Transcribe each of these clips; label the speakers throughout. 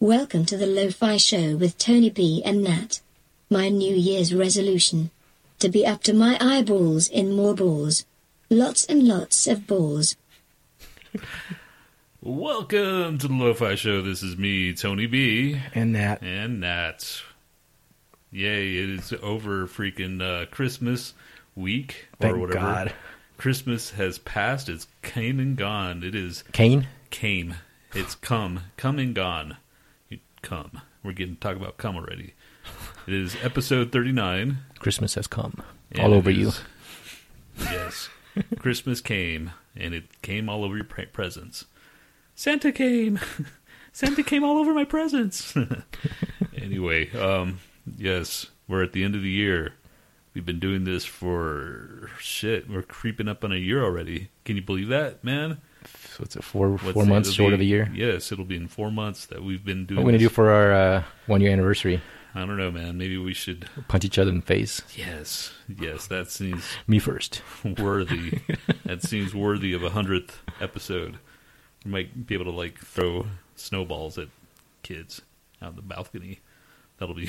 Speaker 1: Welcome to the Lo-Fi Show with Tony B and Nat. My New Year's resolution. To be up to my eyeballs in more balls. Lots and lots of balls.
Speaker 2: Welcome to the Lo-Fi Show. This is me, Tony B,
Speaker 3: And that.
Speaker 2: and Nat. Yay! It is over freaking uh, Christmas week
Speaker 3: Thank
Speaker 2: or whatever.
Speaker 3: God.
Speaker 2: Christmas has passed. It's came and gone. It is
Speaker 3: Kane?
Speaker 2: came. It's come, come and gone. You- Come. We're getting to talk about come already. It is episode thirty-nine.
Speaker 3: Christmas has come.
Speaker 2: and
Speaker 3: All
Speaker 2: it
Speaker 3: over you.
Speaker 2: is- Yes. Christmas came, and it came all over your pre- presents. Santa came. Santa came all over my presents. anyway, um, yes, we're at the end of the year. We've been doing this for shit. We're creeping up on a year already. Can you believe that, man?
Speaker 3: What's it, four,
Speaker 2: What's-
Speaker 3: four months
Speaker 2: it'll
Speaker 3: short
Speaker 2: be-
Speaker 3: of the year?
Speaker 2: Yes, it'll be in four months that we've been doing.
Speaker 3: What are we going to do
Speaker 2: this.
Speaker 3: for our uh, one year anniversary?
Speaker 2: I don't know, man. Maybe we should.
Speaker 3: Punch each other in the face.
Speaker 2: Yes, yes, that seems
Speaker 3: Me first.
Speaker 2: worthy. that seems worthy of a hundredth episode. We might be able to like throw snowballs at kids out the balcony. That'll be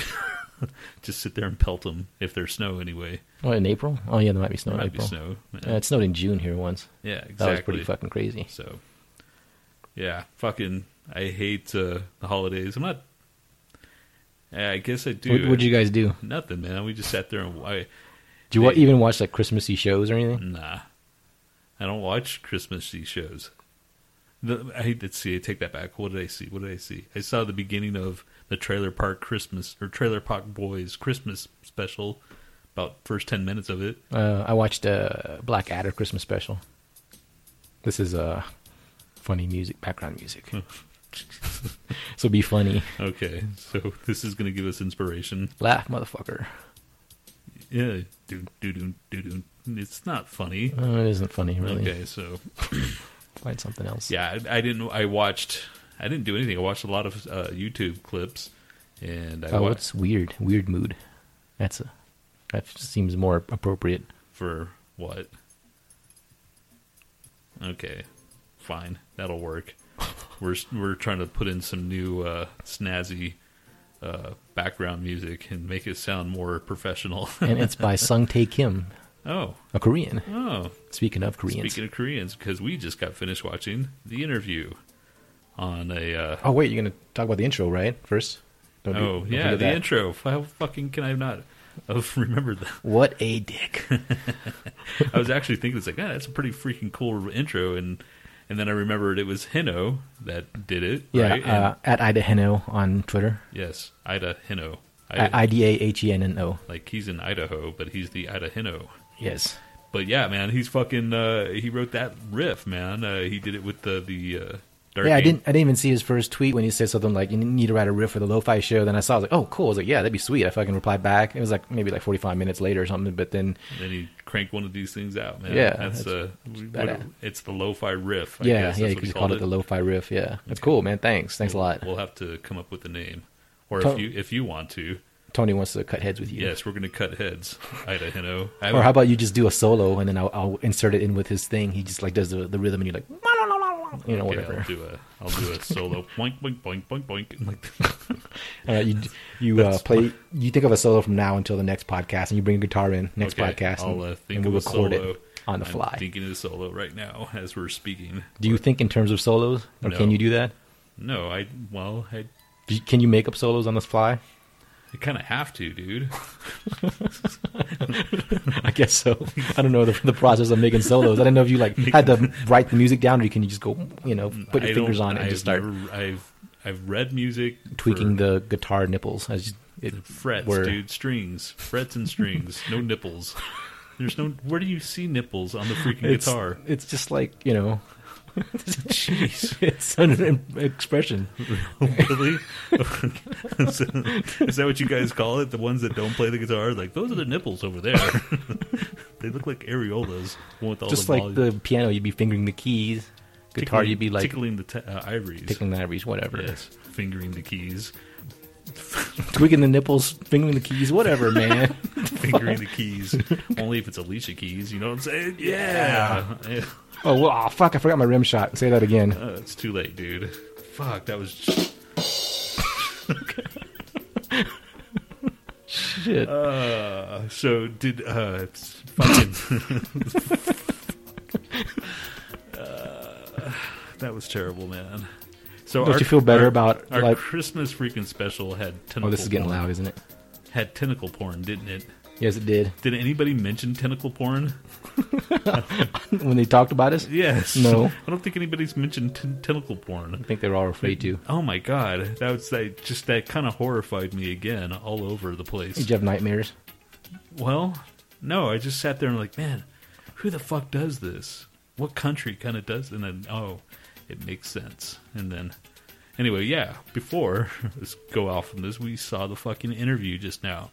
Speaker 2: just sit there and pelt them if there's snow anyway.
Speaker 3: What, in April? Oh, yeah, there might be snow
Speaker 2: There
Speaker 3: in
Speaker 2: might
Speaker 3: April.
Speaker 2: be snow.
Speaker 3: Uh, it snowed in June here once.
Speaker 2: yeah, exactly.
Speaker 3: That was pretty fucking crazy.
Speaker 2: So, yeah, fucking, I hate uh, the holidays. I'm not. I guess I do.
Speaker 3: What, what'd you guys do?
Speaker 2: Nothing, man. We just sat there and I,
Speaker 3: Did you wa-
Speaker 2: Hey.
Speaker 3: even watch like Christmassy shows or anything?
Speaker 2: Nah, I don't watch Christmassy shows. The, I let's see. I take that back. What did I see? What did I see? I saw the beginning of the Trailer Park Christmas or Trailer Park Boys Christmas special. About first ten minutes of it.
Speaker 3: Uh, I watched uh, Black Adder Christmas special. This is uh, funny music, background music. so be funny.
Speaker 2: Okay, so this is gonna give us inspiration.
Speaker 3: Laugh, motherfucker.
Speaker 2: Yeah, do do do do do. It's not funny.
Speaker 3: Uh, it isn't funny, really.
Speaker 2: Okay, so
Speaker 3: Find something else.
Speaker 2: yeah, I, I didn't. I watched. I didn't do anything. I watched a lot of uh, YouTube clips, and I
Speaker 3: Oh,
Speaker 2: watched
Speaker 3: it's weird. Weird mood. That's a, that seems more appropriate.
Speaker 2: For what? Okay, fine, that'll work. We're we're trying to put in some new uh, snazzy uh, background music and make it sound more professional.
Speaker 3: And it's by Sung Tae Kim,
Speaker 2: oh,
Speaker 3: a Korean.
Speaker 2: oh!
Speaker 3: Speaking of Koreans.
Speaker 2: Speaking of Koreans, because we just got finished watching the interview on a. Uh,
Speaker 3: oh wait, you're gonna talk about the intro, right? First. Don't do-
Speaker 2: oh
Speaker 3: don't
Speaker 2: yeah, the
Speaker 3: forget that.
Speaker 2: intro. How fucking can I not have remembered that?
Speaker 3: What a dick.
Speaker 2: I was actually thinking, it's like, ah, that's a pretty freaking cool intro, and and then I remembered it was Hino that did it.
Speaker 3: yeah,
Speaker 2: right?
Speaker 3: uh, at Ida Heno on Twitter.
Speaker 2: and, yes, Ida Hino.
Speaker 3: At
Speaker 2: Ida,
Speaker 3: I D A H E N N O.
Speaker 2: like he's in Idaho, but he's the Ida Hino.
Speaker 3: Yes.
Speaker 2: But yeah, man, he's fucking. Uh, he wrote that riff, man. Uh, he did it with the the. Uh, Dark
Speaker 3: Yeah, I
Speaker 2: Ang-
Speaker 3: didn't. I didn't even see his first tweet when he said something like, "You need to write a riff for the lo-fi show." Then I saw, I was like, "Oh, cool!" I was like, "Yeah, that'd be sweet." I fucking replied back. It was like maybe like forty-five minutes later or something. But then,
Speaker 2: Then he cranked one of these things out, man.
Speaker 3: Yeah,
Speaker 2: that's,
Speaker 3: that's-
Speaker 2: uh, what,
Speaker 3: badass.
Speaker 2: it's the lo-fi riff. I
Speaker 3: yeah,
Speaker 2: guess.
Speaker 3: yeah,
Speaker 2: that's
Speaker 3: you
Speaker 2: what
Speaker 3: could
Speaker 2: he
Speaker 3: just call it the lo-fi riff. Yeah, that's cool, man. Thanks, thanks a lot.
Speaker 2: We'll have to come up with a name, or if
Speaker 3: Tell-
Speaker 2: you if you want to.
Speaker 3: Tony wants to cut heads with you.
Speaker 2: Yes, we're gonna cut heads, Ida Hino. I
Speaker 3: Or how about you just do a solo and then I'll, I'll insert it in with his thing. He just like does the, the rhythm and you're like, you
Speaker 2: Okay,
Speaker 3: know, whatever.
Speaker 2: I'll do a I'll do a solo boink boink boink boink boink. Like,
Speaker 3: All right, you you uh, play. You think of a solo from now until the next podcast, and you bring a guitar in next
Speaker 2: okay,
Speaker 3: podcast,
Speaker 2: I'll
Speaker 3: and,
Speaker 2: uh, think
Speaker 3: and
Speaker 2: of
Speaker 3: we'll
Speaker 2: a
Speaker 3: record
Speaker 2: solo
Speaker 3: it on the
Speaker 2: I'm
Speaker 3: fly.
Speaker 2: thinking of the solo right now as we're speaking.
Speaker 3: do you think in terms of solos, or can
Speaker 2: No.
Speaker 3: you do that?
Speaker 2: No, I well I,
Speaker 3: Do you- Can you make up solos on the fly?
Speaker 2: I kind of have to, dude.
Speaker 3: I guess so. I don't know the, the process of making solos. I don't know if you like had to write the music down, or you can you just go, you know, put your
Speaker 2: I don't-
Speaker 3: fingers on it and
Speaker 2: I've
Speaker 3: just start
Speaker 2: never- I've I've read music
Speaker 3: tweaking
Speaker 2: for
Speaker 3: the guitar nipples as it
Speaker 2: frets,
Speaker 3: were-
Speaker 2: dude, strings, frets and strings, no nipples. There's no where do you see nipples on the freaking
Speaker 3: it's,
Speaker 2: guitar?
Speaker 3: It's just like you know,
Speaker 2: Jeez.
Speaker 3: it's an expression.
Speaker 2: Really? So, is that what you guys call it? The ones that don't play the guitar? Like those are the nipples over there. they look like areolas. one With all
Speaker 3: Just
Speaker 2: the
Speaker 3: like
Speaker 2: volume-
Speaker 3: the piano, you'd be fingering the keys. Guitar,
Speaker 2: tickling-
Speaker 3: you'd be like
Speaker 2: tickling the t- uh, ivories.
Speaker 3: picking the ivories, whatever.
Speaker 2: yes, fingering the keys,
Speaker 3: Tweaking the nipples, fingering the keys, whatever, man.
Speaker 2: fingering the keys. Only if it's Alicia Keys. You know what I'm saying? Yeah.
Speaker 3: oh, well, aw, fuck! I forgot my rim shot. Say that again.
Speaker 2: Uh, it's too late, dude. Fuck, that was. Just...
Speaker 3: Shit.
Speaker 2: Uh, so did uh, it's fucking. Uh, that was terrible, man. So
Speaker 3: Don't you feel better
Speaker 2: our-
Speaker 3: about,
Speaker 2: our
Speaker 3: like-
Speaker 2: Christmas freaking special had tentacle?
Speaker 3: oh, this is getting
Speaker 2: porn,
Speaker 3: loud, isn't it?
Speaker 2: Had tentacle porn, didn't it?
Speaker 3: Yes, it did.
Speaker 2: Did anybody mention tentacle porn?
Speaker 3: when they talked about us,
Speaker 2: Yes.
Speaker 3: No.
Speaker 2: I don't think anybody's mentioned ten- tentacle porn.
Speaker 3: I think they were all afraid to.
Speaker 2: Oh my god, that was that just that kind of horrified me again, all over the place.
Speaker 3: Did you have nightmares?
Speaker 2: Well, no, I just sat there and like, man, who the fuck does this? What country kind of does? And then, oh, it makes sense. And then, anyway, yeah. Before let's go off from this, we saw the fucking interview just now,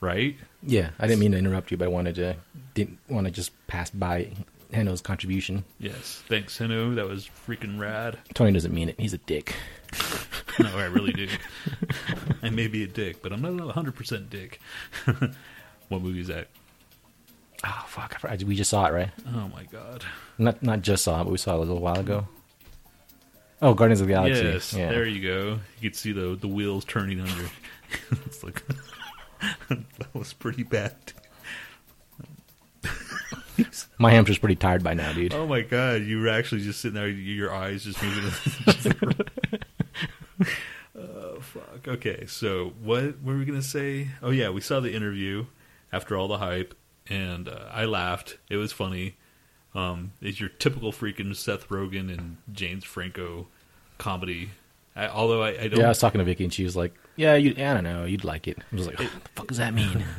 Speaker 2: right?
Speaker 3: Yeah, I didn't mean to interrupt you, but I wanted to didn't want to just pass by Heno's contribution.
Speaker 2: Yes, thanks, Hino. That was freaking rad.
Speaker 3: Tony doesn't mean it. He's a dick.
Speaker 2: No, I really do. I may be a dick, but I'm not hundred percent dick. what movie is that?
Speaker 3: Oh fuck! I forgot- We just saw it, right?
Speaker 2: Oh my god.
Speaker 3: Not not just saw it, but we saw it a little while ago. Oh, Guardians of the Galaxy.
Speaker 2: Yes,
Speaker 3: yeah.
Speaker 2: there you go. You could see the the wheels turning under. it's like that was pretty bad.
Speaker 3: My hamster's pretty tired by now, dude.
Speaker 2: Oh my god, you were actually just sitting there, your eyes just moving. oh fuck. Okay, so what were we gonna say? Oh yeah, we saw the interview after all the hype, and uh, I laughed. It was funny. Um, it's your typical freaking Seth Rogen and James Franco comedy. I, although I, I don't
Speaker 3: Yeah, I was talking to Vicky, and she was like, "Yeah, you, I don't know, you'd like it." I was like, "What the fuck does that mean?"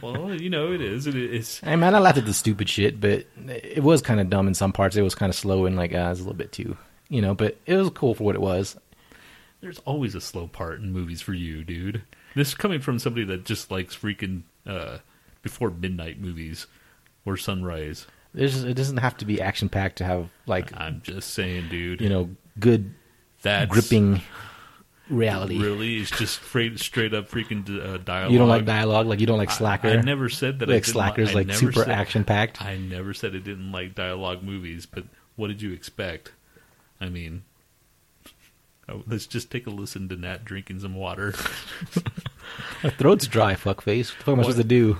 Speaker 2: Well, you know it is. It is.
Speaker 3: I mean, I laughed at the stupid shit, but it was kind of dumb in some parts. It was kind of slow and like uh, it was a little bit too, you know. But it was cool for what it was.
Speaker 2: There's always a slow part in movies for you, dude. This coming from somebody that just likes freaking uh, before midnight movies or sunrise.
Speaker 3: There's, it doesn't have to be action packed to have like
Speaker 2: I'm just saying, dude.
Speaker 3: you know good
Speaker 2: Uh, that's
Speaker 3: gripping reality.
Speaker 2: Really, it's just straight, straight up freaking uh, dialogue.
Speaker 3: You don't like dialogue, like you don't like Slacker.
Speaker 2: I, I never said that. I
Speaker 3: like
Speaker 2: didn't
Speaker 3: Slacker's
Speaker 2: I
Speaker 3: like
Speaker 2: never
Speaker 3: super
Speaker 2: said-
Speaker 3: action packed.
Speaker 2: I never said I didn't like dialogue movies, but what did you expect? I mean, oh, let's just take a listen to Nat drinking some water.
Speaker 3: My throat's dry, fuckface. What the fuck am I
Speaker 2: What?
Speaker 3: supposed to do?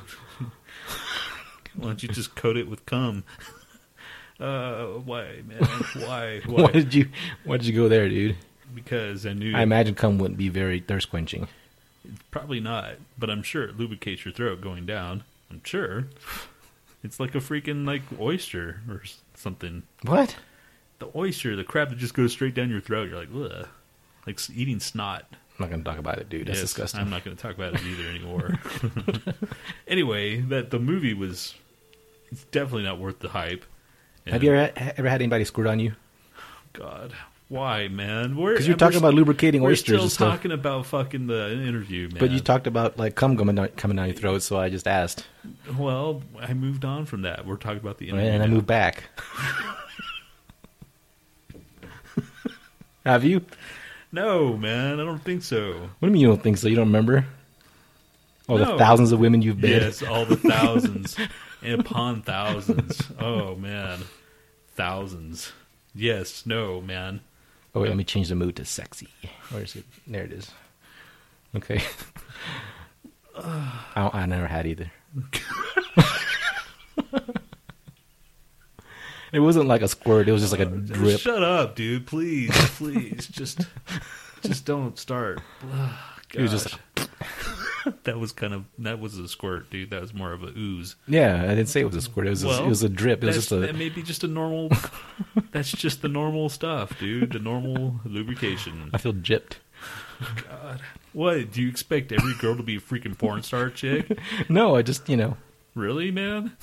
Speaker 2: Why don't you just coat it with cum? Uh, why, man? Why? Why?
Speaker 3: Why did you Why did you go there, dude?
Speaker 2: Because I knew
Speaker 3: I imagine cum wouldn't be very thirst quenching.
Speaker 2: probably not, but I'm sure it lubricates your throat going down. I'm sure. It's like a freaking like oyster or s- something.
Speaker 3: What?
Speaker 2: The oyster, the crab that just goes straight down your throat. You're like, ugh, like s- eating snot.
Speaker 3: I'm not gonna talk about it, dude. That's
Speaker 2: Yes,
Speaker 3: disgusting.
Speaker 2: I'm not going to talk about it either anymore. anyway, that the movie was it's definitely not worth the hype.
Speaker 3: Have
Speaker 2: And-
Speaker 3: you ever ha- ever had anybody squirt on you?
Speaker 2: God, why, man? Because
Speaker 3: Because you're talking about lubricating
Speaker 2: We're
Speaker 3: oysters
Speaker 2: still
Speaker 3: and stuff.
Speaker 2: talking about fucking the interview, man.
Speaker 3: But you talked about like cum coming down, coming down your throat, so I just asked,
Speaker 2: Well, I moved on from that. We're talking about the interview.
Speaker 3: and I
Speaker 2: now.
Speaker 3: moved back. Have you? What
Speaker 2: No, man, I don't think so.
Speaker 3: do you mean you don't think so? You don't remember? Oh,
Speaker 2: No.
Speaker 3: the thousands of women you've been.
Speaker 2: Yes, all the thousands and upon thousands. Oh man, thousands. Yes, no, man.
Speaker 3: Oh wait, let me change the mood to sexy. Where is it? There it is. Okay. I, don't- I never had either. it wasn't like a squirt. It was just like a
Speaker 2: Oh,
Speaker 3: drip.
Speaker 2: Shut up, dude. Please, please, just, just don't start. Ugh,
Speaker 3: It was just-
Speaker 2: gosh. that was kind of that was a squirt, dude. That was more of a ooze.
Speaker 3: Yeah, I didn't say it was a squirt. It was a, it was a drip. It was
Speaker 2: that's-
Speaker 3: just a
Speaker 2: that may be just a normal. that's just the normal stuff, dude. The normal lubrication.
Speaker 3: I feel gypped.
Speaker 2: What do you expect every girl to be a freaking porn star chick?
Speaker 3: No, I just you know
Speaker 2: Really, man?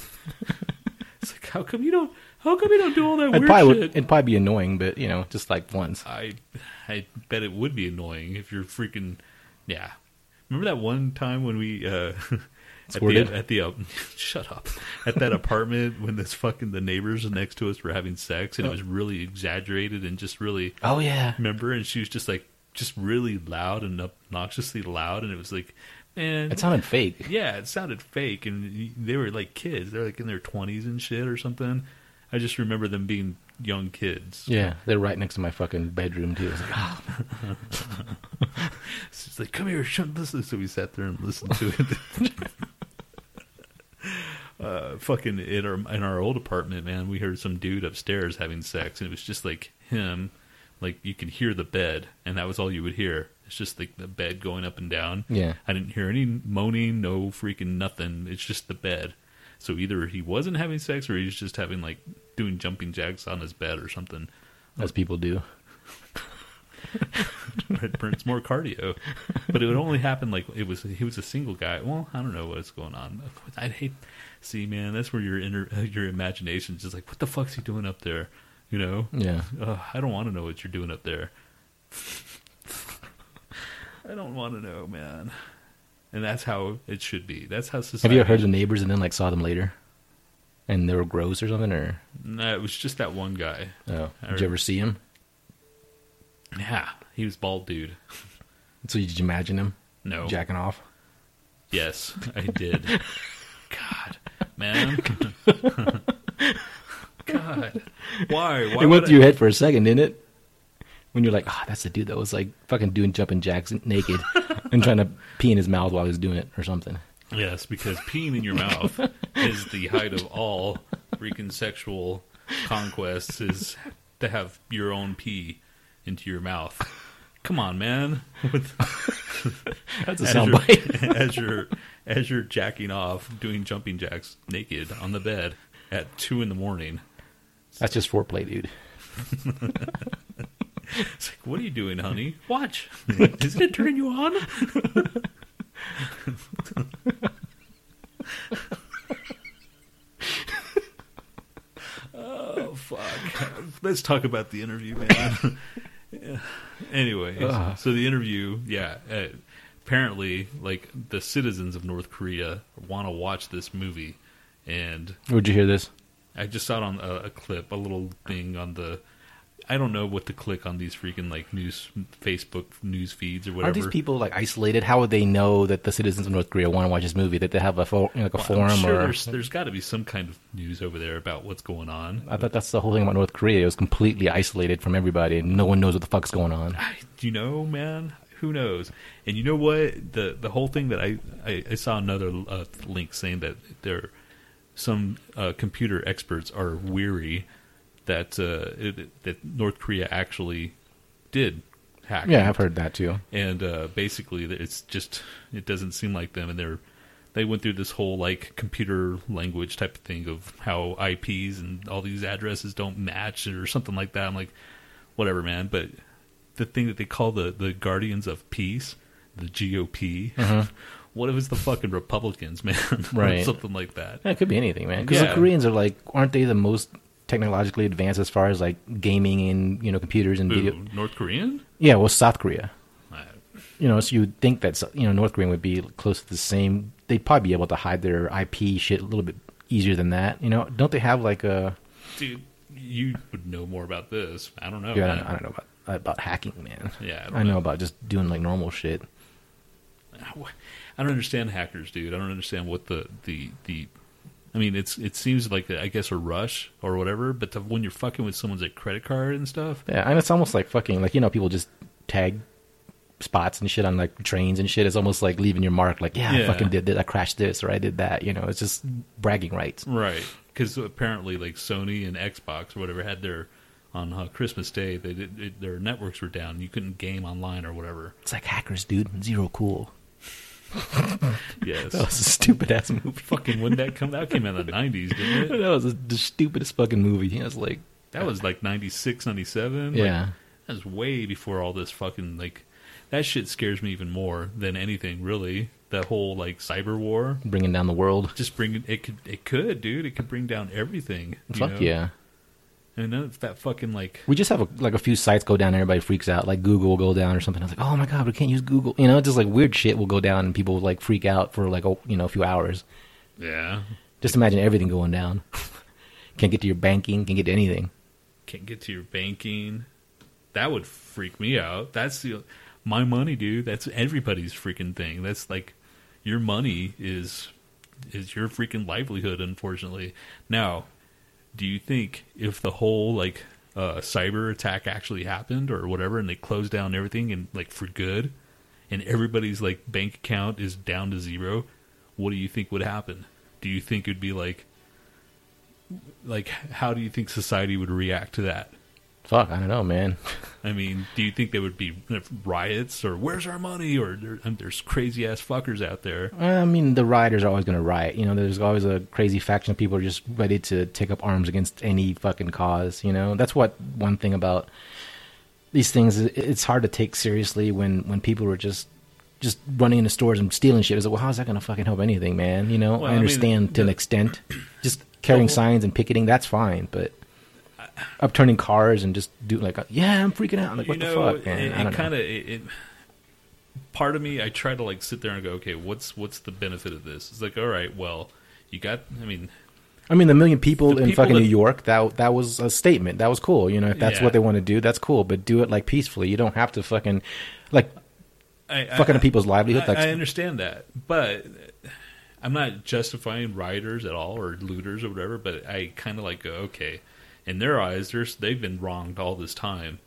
Speaker 2: It's like how come you don't? How come you don't do all that
Speaker 3: it
Speaker 2: weird
Speaker 3: probably would,
Speaker 2: shit?
Speaker 3: it'd probably be annoying, but you know just like once.
Speaker 2: I I bet it would be annoying if you're freaking yeah. Remember that one time when we uh at the
Speaker 3: Squirted?
Speaker 2: at the uh, shut up at that apartment when this fucking the neighbors next to us were having sex and it was really exaggerated and just really
Speaker 3: Oh yeah,
Speaker 2: remember and she was just like just really loud and obnoxiously loud and it was like man
Speaker 3: it sounded fake.
Speaker 2: yeah, it sounded fake, and they were like kids. They're like in their twenties and shit or something. I just remember them being young kids.
Speaker 3: Yeah, they're right next to my fucking bedroom too. I was like, oh,
Speaker 2: She's like, "Come here, shut listen." So we sat there and listened to it. uh, fucking in our in our old apartment, man, we heard some dude upstairs having sex, and it was just like him. Like you could hear the bed, and that was all you would hear. It's just like the bed going up and down.
Speaker 3: Yeah.
Speaker 2: I didn't hear any moaning, no freaking nothing. It's just the bed. So either he wasn't having sex, or he's just having like doing jumping jacks on his bed or something.
Speaker 3: as people do.
Speaker 2: it burns more cardio. But it would only happen like it was. He was a single guy. Well, I don't know what's going on. I'd hate. See, man, that's where your inner your imagination's just like, what the fuck's he doing up there? You know?
Speaker 3: Yeah,
Speaker 2: Ugh, I don't want to know what you're doing up there. I don't want to know, man. And that's how it should be. That's how
Speaker 3: have
Speaker 2: society.
Speaker 3: you ever heard the neighbors and then like saw them later, and they were gross or something? Or
Speaker 2: Nah, it was just that one guy.
Speaker 3: oh, did
Speaker 2: heard-
Speaker 3: you ever see him?
Speaker 2: Yeah, he was bald, dude.
Speaker 3: So did you imagine him
Speaker 2: No.
Speaker 3: jacking off?
Speaker 2: Yes, I did. God, man. God, why? Why
Speaker 3: it went
Speaker 2: would
Speaker 3: through
Speaker 2: I-
Speaker 3: your head for a second, didn't it? When you're like, ah, that's the dude that was like fucking doing jumping jacks naked and trying to pee in his mouth while he was doing it or something.
Speaker 2: Yes, because peeing in your mouth is the height of all freaking sexual conquests. Is to have your own pee into your mouth. Come on, man. With-
Speaker 3: That's a
Speaker 2: as you're-
Speaker 3: soundbite.
Speaker 2: as you're as you're jacking off, doing jumping jacks naked on the bed at two in the morning.
Speaker 3: That's just foreplay, dude.
Speaker 2: It's like, what are you doing, honey? Watch. Isn't it turning you on? oh, fuck. Let's talk about the interview, man. anyway,
Speaker 3: Ugh.
Speaker 2: so the interview, yeah. Uh, apparently, like, the citizens of North Korea want to watch this movie, and
Speaker 3: Would you hear this?
Speaker 2: I just saw it on a, a clip, a little thing on the. I don't know what to click on these freaking like news, Facebook news feeds or whatever.
Speaker 3: Are these people like isolated? How would they know that the citizens of North Korea want to watch this movie? That they have a fo- you know, like a
Speaker 2: I'm
Speaker 3: forum
Speaker 2: sure
Speaker 3: or?
Speaker 2: there's, there's got to be some kind of news over there about what's going on.
Speaker 3: I thought that's the whole thing about North Korea. It was completely isolated from everybody, and no one knows what the fuck's going on.
Speaker 2: I, you know, man, who knows? And you know what? The the whole thing that I I, I saw another uh, link saying that there some uh, computer experts are weary that uh, it, that North Korea actually did hack.
Speaker 3: Yeah, I've heard that too.
Speaker 2: and uh, basically th- it's just it doesn't seem like them and they're they went through this whole like computer language type of thing of how ips and all these addresses don't match or something like that i'm like whatever man but the thing that they call the the guardians of peace the gop what if it's the fucking republicans man Or
Speaker 3: Uh-huh. Right.
Speaker 2: something like that
Speaker 3: Yeah, it could be anything, man. Because
Speaker 2: Yeah.
Speaker 3: the Koreans are like, aren't they the most technologically advanced as far as like gaming and you know computers and video?
Speaker 2: Ooh, north korean Uh,
Speaker 3: Yeah, well, South Korea.
Speaker 2: I-
Speaker 3: You know, so you'd think that you know North Korea would be close to the same. They'd probably be able to hide their IP shit a little bit easier than that. You know, don't they have like a?
Speaker 2: dude you would know more about this i don't know
Speaker 3: Yeah, I,
Speaker 2: man.
Speaker 3: don't, I don't know about about hacking, man.
Speaker 2: Yeah, I
Speaker 3: I,
Speaker 2: don't
Speaker 3: know.
Speaker 2: know.
Speaker 3: about just doing like normal shit.
Speaker 2: I don't understand hackers, dude. I don't understand what the the the. I mean, it's it seems like I guess a rush or whatever, but the, when you're fucking with someone's like credit card and stuff,
Speaker 3: Yeah, and it's almost like fucking like you know people just tag spots and shit on like trains and shit. It's almost like leaving your mark. Like yeah,
Speaker 2: Yeah.
Speaker 3: I fucking did this. I crashed this or I did that. You know, it's just bragging rights.
Speaker 2: right? Because apparently, like Sony and Xbox or whatever had their on uh, Christmas Day, they did, it, their networks were down. You couldn't game online or whatever.
Speaker 3: It's like hackers, dude. Zero cool.
Speaker 2: Yes,
Speaker 3: That was a stupid ass movie.
Speaker 2: fucking when that come that came out in the nineties, didn't it?
Speaker 3: that was the stupidest fucking movie. I was like,
Speaker 2: That was like 96, 97. Like,
Speaker 3: yeah,
Speaker 2: That was way before all this fucking like that shit scares me even more than anything really. That whole like cyber war
Speaker 3: bringing down the world.
Speaker 2: just bring it could it could dude it could bring down everything. you
Speaker 3: Fuck
Speaker 2: know?
Speaker 3: yeah.
Speaker 2: And then it's that fucking like
Speaker 3: We just have a, like a few sites go down, and everybody freaks out. Like Google will go down or something. I was like, oh my god, we can't use Google. You know, just like weird shit will go down, and people will like freak out for like a, you know a few hours.
Speaker 2: yeah
Speaker 3: Just imagine everything going down. can't get to your banking. Can't get to anything.
Speaker 2: can't get to your banking. That would freak me out. That's the my money, dude. That's everybody's freaking thing. That's like your money is is your freaking livelihood. Unfortunately, now do you think if the whole like uh, cyber attack actually happened or whatever, and they closed down everything and like for good, and everybody's like bank account is down to zero, what do you think would happen? Do you think it'd be like, like how do you think society would react to that?
Speaker 3: Fuck, I don't know, man.
Speaker 2: I mean, do you think there would be riots or where's our money or there, and there's crazy ass fuckers out there?
Speaker 3: I mean, the rioters are always going to riot. You know, there's always a crazy faction of people who are just ready to take up arms against any fucking cause. You know, that's what one thing about these things. i- It's hard to take seriously when when people are just just running into stores and stealing shit. It's like, well, how's that going to fucking help anything, man? You know,
Speaker 2: Well, I
Speaker 3: I
Speaker 2: mean,
Speaker 3: understand to an
Speaker 2: the-
Speaker 3: extent. Just carrying signs and picketing, that's fine, but. Upturning cars and just do like, uh, yeah, I'm freaking out. I'm like, what
Speaker 2: you
Speaker 3: the
Speaker 2: know,
Speaker 3: fuck, man? I
Speaker 2: It,
Speaker 3: don't
Speaker 2: it
Speaker 3: know.
Speaker 2: kind of it, it. Part of me, I try to like sit there and go, okay, what's what's the benefit of this? It's like, all right, well, you got. I mean,
Speaker 3: I mean, the million people
Speaker 2: The
Speaker 3: in
Speaker 2: people
Speaker 3: fucking
Speaker 2: that-
Speaker 3: New York, that that was a statement. That was cool. You know, if that's
Speaker 2: Yeah.
Speaker 3: what they want to do, that's cool. But do it like peacefully. You don't have to fucking like
Speaker 2: I, I-
Speaker 3: fucking up people's livelihood.
Speaker 2: I,
Speaker 3: like,
Speaker 2: I understand that, but I'm not justifying rioters at all or looters or whatever. But I kind of like go, okay, in their eyes, they're, they've been wronged all this time,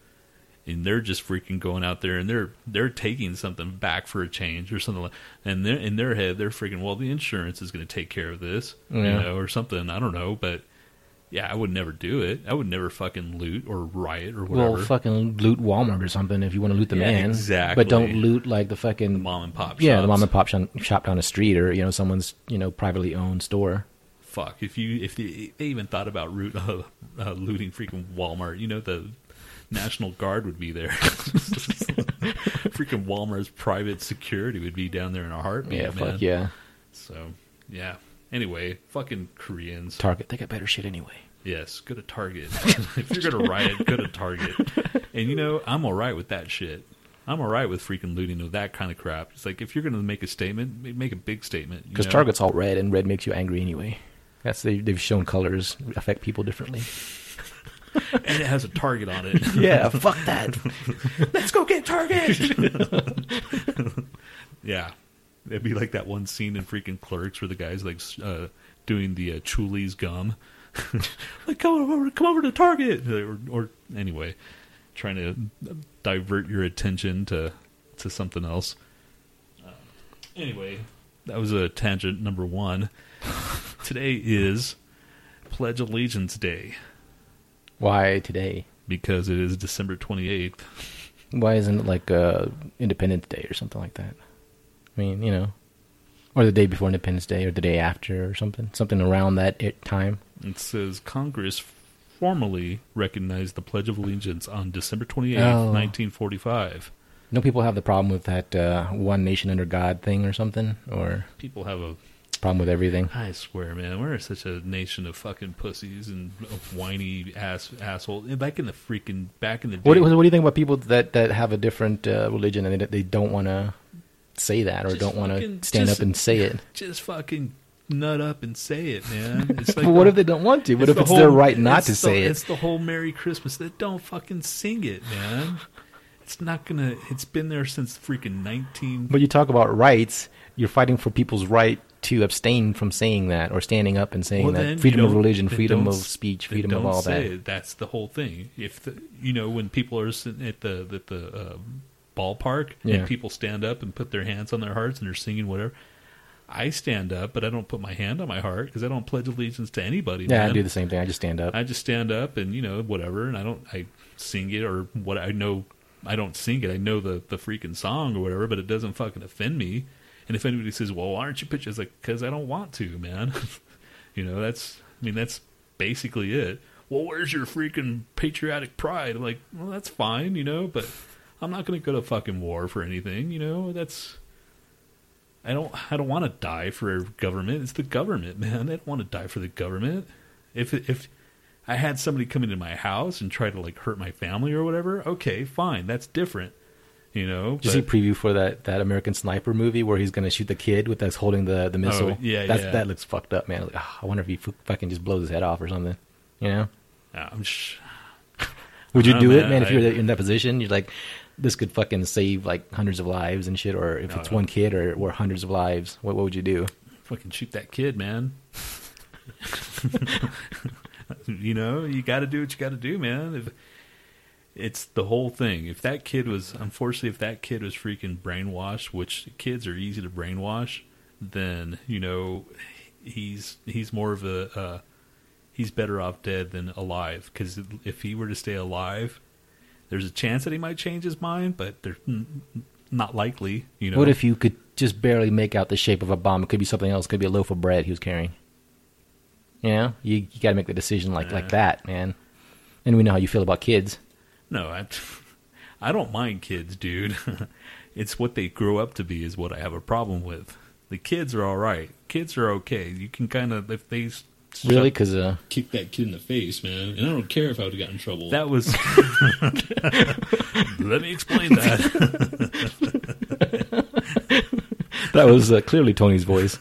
Speaker 2: and they're just freaking going out there and they're they're taking something back for a change or something. like And they're, in their head, they're freaking well, the insurance is going to take care of this,
Speaker 3: Yeah.
Speaker 2: you know, or something. I don't know, but. Yeah, I would never do it. I would never fucking loot or riot or whatever.
Speaker 3: well, fucking loot Walmart or something if you want to loot the
Speaker 2: Yeah,
Speaker 3: man.
Speaker 2: exactly.
Speaker 3: But don't loot like the fucking
Speaker 2: mom and pop.
Speaker 3: yeah,
Speaker 2: shops.
Speaker 3: the mom and pop shop, shop down the street or you know someone's you know privately owned store.
Speaker 2: fuck if you if they, they even thought about root, uh, uh, looting freaking Walmart, you know the National Guard would be there. freaking Walmart's private security would be down there in a heartbeat.
Speaker 3: Yeah,
Speaker 2: man.
Speaker 3: fuck yeah.
Speaker 2: So yeah. Anyway, fucking Koreans.
Speaker 3: Target, they got better shit anyway.
Speaker 2: yes, go to Target. if you're gonna riot, go to Target. And you know I'm all right with that shit. I'm all right with freaking looting of that kind of crap. It's like if you're gonna make a statement, ma- make a big statement. you
Speaker 3: Because
Speaker 2: know?
Speaker 3: Target's all red, and red makes you angry anyway. That's they, they've shown colors affect people differently.
Speaker 2: and it has a target on it.
Speaker 3: yeah, fuck that. Let's go get Target.
Speaker 2: Yeah, it'd be like that one scene in freaking Clerks where the guy's like s- uh, doing the uh, Chuli's gum. like come over, come over to Target, or, or anyway, trying to divert your attention to to something else. Uh, anyway, that was a tangent number one. Today is Pledge Allegiance Day
Speaker 3: Why today?
Speaker 2: because it is December twenty eighth.
Speaker 3: Why isn't it like uh, Independence Day or something like that? I mean, you know, or the day before Independence Day, or the day after, or something, something around that it time.
Speaker 2: It says Congress formally recognized the Pledge of Allegiance on December 28,
Speaker 3: Oh.
Speaker 2: 1945.
Speaker 3: Don't people have the problem with that uh, one nation under God thing or something, or
Speaker 2: People have a.
Speaker 3: problem with everything?
Speaker 2: I swear, man, we're such a nation of fucking pussies and of whiny ass assholes. And back in the freaking back in the day,
Speaker 3: What, do- what do you think about people that, that have a different uh, religion and they, they don't want to say that or
Speaker 2: Just
Speaker 3: don't want
Speaker 2: fucking-
Speaker 3: to stand
Speaker 2: just-
Speaker 3: up and say it?
Speaker 2: just fucking nut up and say it, man. It's like
Speaker 3: but what
Speaker 2: the-
Speaker 3: if they don't want to? What if
Speaker 2: the
Speaker 3: it's their
Speaker 2: whole-
Speaker 3: right not
Speaker 2: it's
Speaker 3: to
Speaker 2: the-
Speaker 3: say it?
Speaker 2: It's the whole Merry Christmas. They don't fucking sing it, man. It's not gonna. It's been there since freaking 19.
Speaker 3: But you talk about rights. You're fighting for people's right to abstain from saying that or standing up and saying
Speaker 2: then
Speaker 3: that freedom
Speaker 2: you
Speaker 3: of
Speaker 2: don't-
Speaker 3: religion,
Speaker 2: then
Speaker 3: freedom
Speaker 2: don't
Speaker 3: of
Speaker 2: s-
Speaker 3: speech,
Speaker 2: then
Speaker 3: freedom of
Speaker 2: don't
Speaker 3: all
Speaker 2: say
Speaker 3: that.
Speaker 2: it. That's the whole thing. If the, you know when people are sitting at the at the um ballpark
Speaker 3: Yeah.
Speaker 2: and people stand up and put their hands on their hearts and they're singing whatever. I stand up, but I don't put my hand on my heart because I don't pledge allegiance to anybody.
Speaker 3: Yeah,
Speaker 2: man.
Speaker 3: I do the same thing. I just stand up.
Speaker 2: I just stand up and you know whatever, and I don't I sing it or what I know I don't sing it. I know the the freaking song or whatever, but it doesn't fucking offend me. And if anybody says, "Well, why aren't you pitching?" It's like because I don't want to, man. you know that's I mean that's basically it. Well, where's your freaking patriotic pride? I'm like, well, that's fine, you know, but I'm not going to go to fucking war for anything, you know. That's I don't I don't want to die for government. It's the government, man. I don't want to die for the government. If if I had somebody come into my house and try to like hurt my family or whatever, okay, fine, that's different. You know,
Speaker 3: Did you see preview for that, that American Sniper movie where he's going to shoot the kid with that's holding the, the missile?
Speaker 2: Oh, yeah,
Speaker 3: That's,
Speaker 2: yeah.
Speaker 3: That looks fucked up, man. Like, ah, I wonder if he fu- fucking just blows his head off or something. You know?
Speaker 2: but, I'm sh-
Speaker 3: Would you
Speaker 2: Oh,
Speaker 3: do it,
Speaker 2: man,
Speaker 3: man? If
Speaker 2: I-
Speaker 3: you're in that position, you're like, this could fucking save like hundreds of lives and shit. Or if
Speaker 2: No,
Speaker 3: it's
Speaker 2: no.
Speaker 3: one kid or, or hundreds of lives, what, what would you do?
Speaker 2: fucking shoot that kid, man. you know, you got to do what you got to do, man. If, it's the whole thing. If that kid was, unfortunately, if that kid was freaking brainwashed, which kids are easy to brainwash, then you know, he's he's more of a uh, he's better off dead than alive. Because if he were to stay alive, there's a chance that he might change his mind, but they're n- n- not likely. You know,
Speaker 3: What if you could just barely make out the shape of a bomb? It could be something else. It could be a loaf of bread he was carrying. You know, you, you got to make the decision like like that, man. And we know how you feel about kids.
Speaker 2: No, I, I don't mind kids, dude. it's what they grow up to be is what I have a problem with. The kids are all right. Kids are okay. You can kind of if they s- shut-
Speaker 3: Really? Because uh,
Speaker 4: Kick that kid in the face, man. And I don't care if I would have gotten in trouble.
Speaker 2: that was. Let me explain that.
Speaker 3: that was uh, clearly Tony's voice.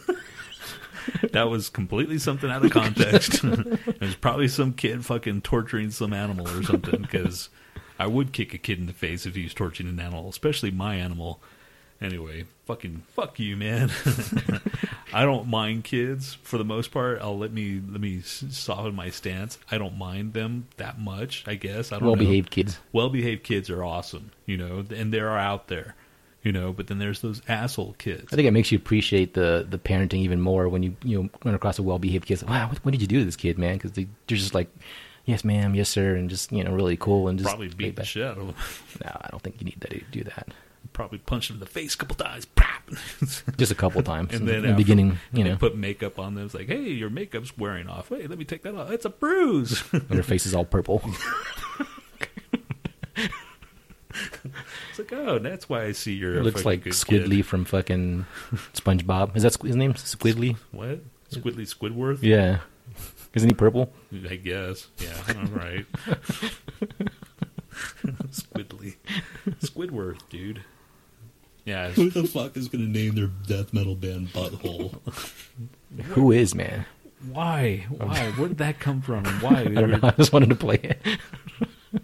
Speaker 2: That was completely something out of context. it was probably some kid fucking torturing some animal or something. Because I would kick a kid in the face if he was torturing an animal, especially my animal. Anyway, fucking fuck you, man. I don't mind kids for the most part. I'll let me let me s- soften my stance. I don't mind them that much. I guess I don't. know.
Speaker 3: Well behaved kids.
Speaker 2: Well behaved kids are awesome, you know, and they are out there, you know. But then there's those asshole kids.
Speaker 3: I think it makes you appreciate the the parenting even more when you you know, run across a well behaved kid. It's like, wow, what, what did you do to this kid, man? Because they, they're just like, yes, ma'am, yes, sir, and just you know, really cool and just
Speaker 2: Probably
Speaker 3: laid
Speaker 2: beat the
Speaker 3: back.
Speaker 2: shit out of them.
Speaker 3: No, I don't think you need that to do that.
Speaker 2: Probably punched them in the face a couple times. Pop!
Speaker 3: Just a couple times
Speaker 2: and
Speaker 3: in,
Speaker 2: then
Speaker 3: in the
Speaker 2: after-
Speaker 3: beginning, you
Speaker 2: they
Speaker 3: know,
Speaker 2: put makeup on them. It's like, hey, your makeup's wearing off. Hey, let me take that off. It's a bruise.
Speaker 3: when their face is all purple.
Speaker 2: it's like, oh, that's why I see your
Speaker 3: It looks like Squidly
Speaker 2: Kid.
Speaker 3: from fucking SpongeBob. Is that Squ- his name? Squidly?
Speaker 2: What? Squidly Squidworth?
Speaker 3: Yeah. Isn't he purple?
Speaker 2: I guess. Yeah. All right. Squidly, Squidworth, dude. Yeah.
Speaker 4: Who the fuck is going to name their death metal band Butthole?
Speaker 3: Who is, man?
Speaker 2: Why? Why? Where did that come from? And why?
Speaker 3: I don't know. I just wanted to play it.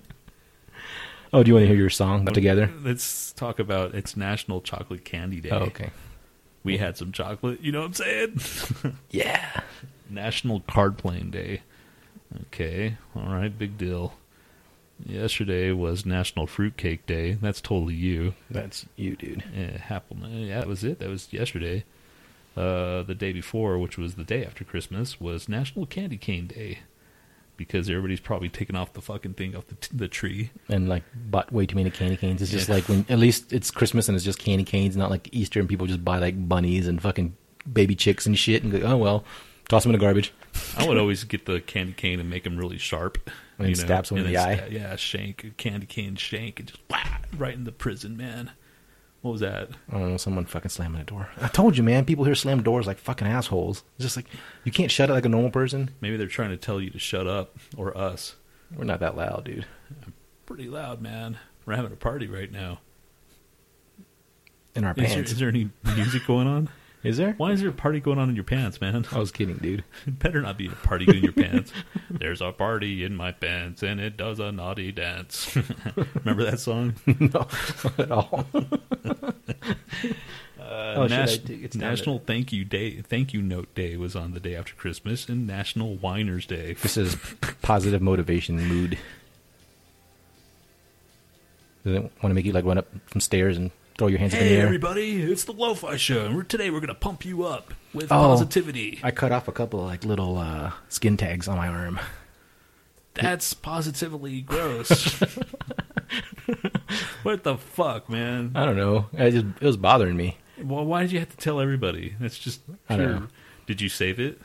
Speaker 3: oh, do you want to hear your song together?
Speaker 2: Let's talk about it's National Chocolate Candy Day.
Speaker 3: Oh, okay.
Speaker 2: We had some chocolate. You know what I'm saying?
Speaker 3: Yeah.
Speaker 2: National Card Playing Day. Okay, all right, big deal. Yesterday was National Fruitcake Day. That's totally you.
Speaker 3: That's you, dude.
Speaker 2: Yeah, Apple. Yeah, that was it. That was yesterday. Uh, the day before, which was the day after Christmas, was National Candy Cane Day, because everybody's probably taking off the fucking thing off the, t- the tree.
Speaker 3: And like bought way too many candy canes. It's just
Speaker 2: Yeah.
Speaker 3: like when at least it's Christmas and it's just candy canes, not like Easter and people just buy like bunnies and fucking baby chicks and shit and go, oh well, toss them in the garbage.
Speaker 2: I would always get the candy cane and make them really sharp.
Speaker 3: And stab someone
Speaker 2: and
Speaker 3: in the
Speaker 2: then
Speaker 3: eye.
Speaker 2: sta- yeah, shank, a candy cane shank, and just whack, right in the prison, man. What was that?
Speaker 3: I don't know, someone fucking slamming a door. I told you, man, people here slam doors like fucking assholes. It's just like, you can't shut it like a normal person.
Speaker 2: Maybe they're trying to tell you to shut up or us.
Speaker 3: We're not that loud, dude.
Speaker 2: Pretty loud, man. We're having a party right now.
Speaker 3: In our
Speaker 2: Is there,
Speaker 3: pants.
Speaker 2: is there any music going on?
Speaker 3: Is there?
Speaker 2: Why is there a party going on in your pants, man?
Speaker 3: I was kidding, dude.
Speaker 2: It better not be a party in your pants. There's a party in my pants, and it does a naughty dance. Remember that song?
Speaker 3: no, not at all.
Speaker 2: Uh,
Speaker 3: Oh, shit, I
Speaker 2: Nas-
Speaker 3: do- it's down
Speaker 2: National Thank You Day, Thank You Note Day was on the day after Christmas, and National Winers Day.
Speaker 3: This is positive motivation mood. Does it want to make you like run up some stairs and throw your hands up in the
Speaker 2: Hey
Speaker 3: air?
Speaker 2: everybody, it's the Lo-Fi Show, and we're, today we're gonna pump you up with
Speaker 3: Oh.
Speaker 2: positivity.
Speaker 3: I cut off a couple of like little uh, skin tags on my arm.
Speaker 2: That's positively gross. what the fuck, man?
Speaker 3: I don't know. I just it was bothering me.
Speaker 2: Well, why did you have to tell everybody? That's just
Speaker 3: I don't
Speaker 2: pure-
Speaker 3: know.
Speaker 2: Did you save it?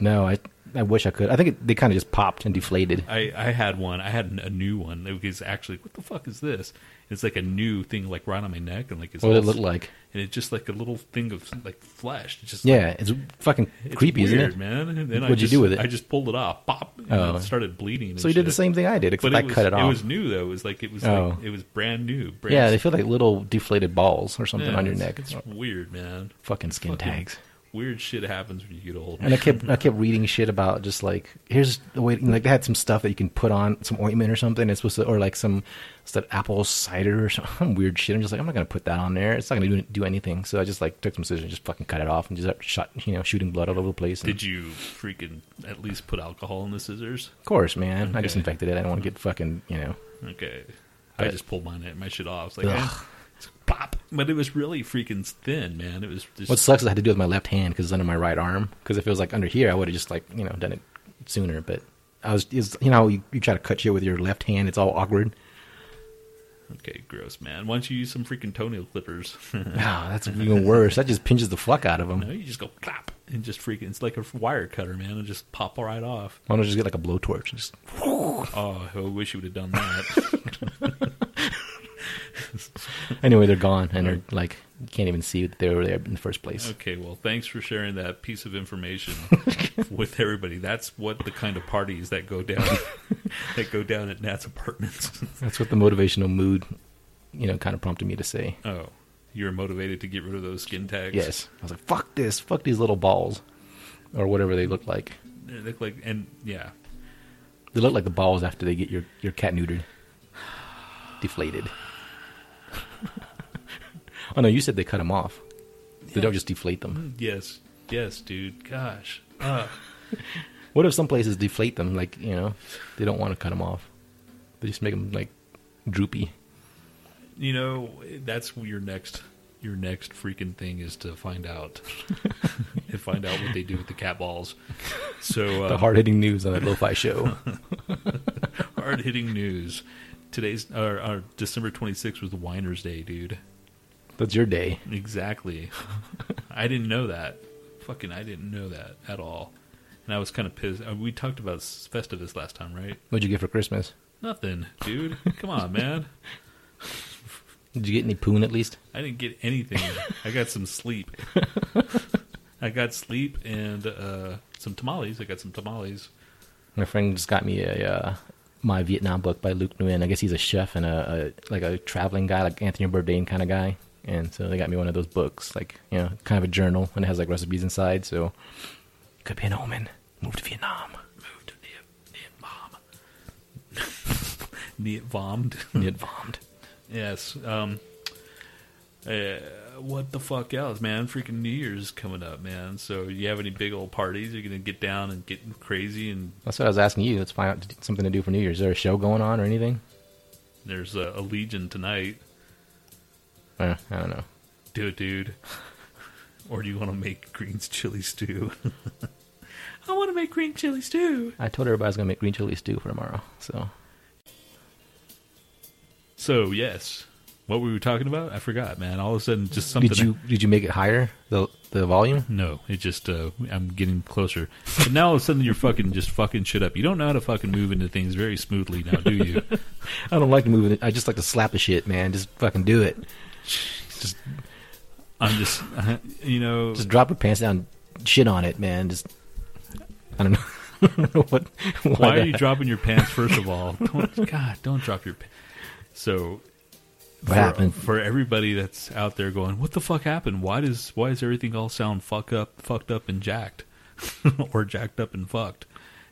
Speaker 3: No, I I wish I could. I think it, they kind of just popped and deflated.
Speaker 2: I, I had one. I had a new one. It was actually, what the fuck is this? It's like a new thing, like right on my neck, and like it's
Speaker 3: What did Oh, it
Speaker 2: all-
Speaker 3: look like?
Speaker 2: and it's just like a little thing of like flesh. It's just
Speaker 3: Yeah, it's fucking
Speaker 2: it's
Speaker 3: creepy,
Speaker 2: weird,
Speaker 3: isn't it?
Speaker 2: man. And then I
Speaker 3: What'd you
Speaker 2: just,
Speaker 3: do with it?
Speaker 2: I just pulled it off, pop, and
Speaker 3: Oh.
Speaker 2: it started bleeding. and
Speaker 3: So he did the
Speaker 2: shit.
Speaker 3: same thing I did,
Speaker 2: But it
Speaker 3: except I
Speaker 2: was,
Speaker 3: cut it
Speaker 2: It
Speaker 3: off.
Speaker 2: was new though. It was like it was
Speaker 3: Oh.
Speaker 2: like, it was brand new. Brand
Speaker 3: yeah, they feel like little deflated balls or something
Speaker 2: Yeah,
Speaker 3: on your
Speaker 2: it's-
Speaker 3: neck.
Speaker 2: It's
Speaker 3: Oh,
Speaker 2: weird, man.
Speaker 3: fucking skin
Speaker 2: fucking-
Speaker 3: tags.
Speaker 2: weird shit happens when you get old.
Speaker 3: And I kept I kept reading shit about just like here's the way like they had some stuff that you can put on some ointment or something. It's supposed to or like some it's that apple cider or some weird shit. I'm just like I'm not gonna put that on there. It's not gonna do, do anything. So I just like took some scissors and just fucking cut it off and just uh, shot you know shooting blood all over the place. And,
Speaker 2: Did you freaking at least put alcohol in the scissors?
Speaker 3: of course, man. I
Speaker 2: Okay.
Speaker 3: disinfected it. I didn't want to get fucking you know.
Speaker 2: Okay. I
Speaker 3: But-
Speaker 2: just pulled mine my shit off. Like,
Speaker 3: Ugh.
Speaker 2: eh, it's pop. But it was really freaking thin, man. It was just
Speaker 3: What sucks is I had to do it with my left hand because it's under my right arm. Because if it was like under here, I would have just like you know done it sooner. But I was is you know how you, you try to cut shit with your left hand. It's all awkward.
Speaker 2: okay, gross, man. Why don't you use some freaking toenail clippers? no,
Speaker 3: Wow, that's even worse. That just pinches the fuck out of them.
Speaker 2: you just go clap and just freaking. It's like a wire cutter, man, and just pop right off.
Speaker 3: Why don't I just get like a blowtorch? and Just
Speaker 2: Oh, I wish you would have done that.
Speaker 3: anyway, they're gone and they're like you can't even see that they were there in the first place.
Speaker 2: okay, well, thanks for sharing that piece of information with everybody. That's what the kind of parties that go down that go down at Nat's apartments.
Speaker 3: That's what the motivational mood, you know, kind of prompted me to say.
Speaker 2: oh, you're motivated to get rid of those skin tags.
Speaker 3: Yes, I was like, fuck this, fuck these little balls, or whatever they look like.
Speaker 2: They look like and yeah,
Speaker 3: They look like the balls after they get your, your cat neutered. Deflated. oh no, you said they cut them off. They don't just deflate
Speaker 2: Hmm.
Speaker 3: them.
Speaker 2: yes, yes, dude. Gosh,
Speaker 3: What if some places deflate them? Like you know, they don't want to cut them off. They just make them like droopy.
Speaker 2: you know that's your next your next freaking thing is to find out and find out what they do with the cat balls. So
Speaker 3: The
Speaker 2: uh,
Speaker 3: hard hitting news on that lo-fi show.
Speaker 2: hard hitting news. Today's our, our December 26th was the Winers Day, dude.
Speaker 3: That's your day.
Speaker 2: Exactly. I didn't know that. Fucking, I didn't know that at all. And I was kind of pissed. Uh, We talked about Festivus last time, right?
Speaker 3: What'd you get for Christmas?
Speaker 2: Nothing, dude. Come on, man.
Speaker 3: Did you get any poon at least?
Speaker 2: I didn't get anything. I got some sleep. I got sleep and uh, some tamales. I got some tamales.
Speaker 3: My friend just got me a uh, my Vietnam book by Luke Nguyen. I guess he's a chef and a, a like a traveling guy, like Anthony Bourdain kind of guy. And so they got me one of those books, like you know, kind of a journal, and it has like recipes inside. So could be an omen. Move to Vietnam.
Speaker 2: Moved to Vietnam. Vietnam.
Speaker 3: Get bombed.
Speaker 2: Yes. Um, uh, what the fuck else, man? Freaking New Year's is coming up, man. So you have any big old parties? You're gonna get down and get crazy, and
Speaker 3: That's what I was asking you. Let's find out t- something to do for New Year's. Is there a show going on or anything?
Speaker 2: there's a, a legion tonight.
Speaker 3: Uh, I don't know.
Speaker 2: Do it, dude. or do you want to make greens chili stew? I want to make green chili stew.
Speaker 3: I told everybody I was gonna make green chili stew for tomorrow. So
Speaker 2: So yes, what were we talking about? I forgot, man. All of a sudden, just something.
Speaker 3: did you did you make it higher the the volume?
Speaker 2: No, it just uh, I'm getting closer. But now all of a sudden you're fucking just fucking shit up. You don't know how to fucking move into things very smoothly now, do you?
Speaker 3: I don't like to move it. I just like to slap the shit, man. Just fucking do it.
Speaker 2: I'm just, uh, you know,
Speaker 3: Just drop your pants down, shit on it, man. Just I don't know. I don't know what. Why,
Speaker 2: why are
Speaker 3: that-
Speaker 2: you dropping your pants? First of all, don't, God, don't drop your. Pa- so
Speaker 3: What
Speaker 2: for,
Speaker 3: happened?
Speaker 2: for everybody that's out there going, what the fuck happened? Why does why does everything all sound fuck up, fucked up and jacked, or jacked up and fucked?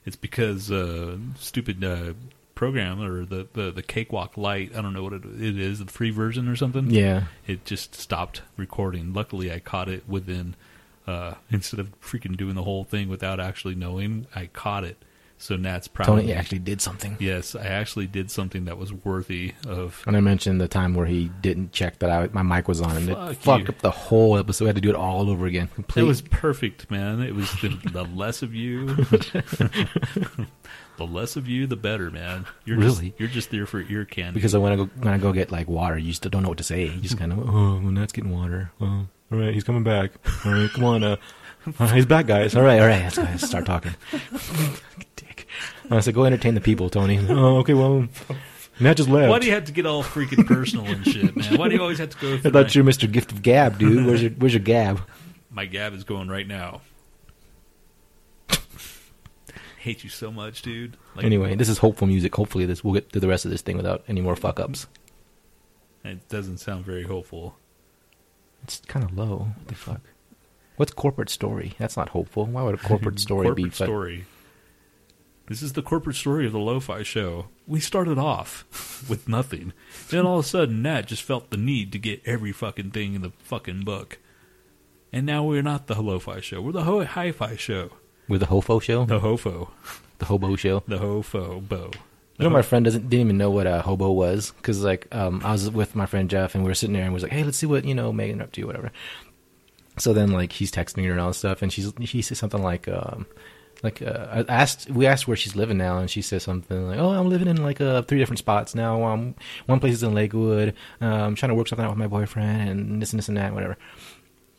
Speaker 2: It's because uh, stupid uh, program or the, the the cakewalk light. I don't know what it, it is, the free version or something.
Speaker 3: Yeah.
Speaker 2: it just stopped recording. Luckily, I caught it within. Uh, instead of freaking doing the whole thing without actually knowing, I caught it. So Nat's proud. of
Speaker 3: Tony
Speaker 2: me.
Speaker 3: actually did something.
Speaker 2: Yes, I actually did something that was worthy of
Speaker 3: And I mentioned the time where he didn't check that I, my mic was on, and
Speaker 2: Fuck
Speaker 3: it fucked
Speaker 2: you.
Speaker 3: up the whole episode. We had to do it all over again. Complete.
Speaker 2: It was perfect, man. It was the, the less of you, the less of you, the better, man. You're
Speaker 3: Really?
Speaker 2: just, you're just there for ear candy.
Speaker 3: because I when I go when I go get like water, you still don't know what to say. You just kind of oh, well, that's getting water. Oh, all right, he's coming back. All right, come on, uh, uh, he's back, guys. All right, all right, let's, go, let's start talking. Dick. I said, go entertain the people, Tony. Oh, okay, well, Matt just left.
Speaker 2: why do you have to get all freaking personal and shit, man? Why do you always have to go?
Speaker 3: I
Speaker 2: Through my,
Speaker 3: thought you were Mr. Gift of Gab, dude. Where's your Where's your Gab?
Speaker 2: my gab is going right now. Hate you so much, dude. Like,
Speaker 3: Anyway, this is hopeful music. Hopefully, this we'll get through the rest of this thing without any more fuck ups.
Speaker 2: it doesn't sound very hopeful.
Speaker 3: It's kind of low. What the fuck? What's corporate story? That's not hopeful. Why would a corporate story
Speaker 2: corporate
Speaker 3: be? fu-
Speaker 2: story. This is the corporate story of the lo-fi show. We started off with nothing. then all of a sudden, Nat just felt the need to get every fucking thing in the fucking book. And now we're not the lo-fi show. We're the ho- hi-fi show.
Speaker 3: with the hofo show,
Speaker 2: The hofo.
Speaker 3: the hobo show.
Speaker 2: The hofo bo.
Speaker 3: You know, my friend doesn't didn't even know what a hobo was because like um, I was with my friend Jeff and we were sitting there and we was like, hey, let's see what you know Megan up to, whatever. So then like he's texting her and all this stuff, and she's he said something like um, like uh, I asked we asked where she's living now, and she said something like, oh, I'm living in like uh, three different spots now. Um, one place is in Lakewood. Uh, I'm trying to work something out with my boyfriend and this and this and that, whatever.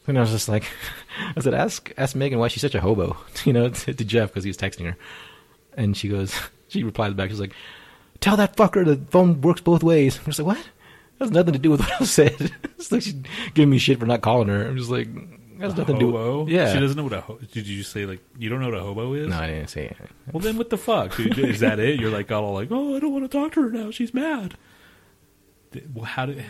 Speaker 3: And I was just like, I said, ask ask Megan why she's such a hobo, you know, to, to Jeff because he was texting her. And she goes, she replies back, she's like, tell that fucker the phone works both ways. I'm just like, what? That has nothing to do with what I said. it's like she's giving me shit for not calling her. I'm just like, that's nothing to do
Speaker 2: Hobo?
Speaker 3: Yeah.
Speaker 2: She doesn't know what a ho- Did you say, like, you don't know what a hobo is?
Speaker 3: no, I didn't say it.
Speaker 2: Well, then what the fuck? dude? Is that it? You're like all like, oh, I don't want to talk to her now. She's mad. Th- Well, how did?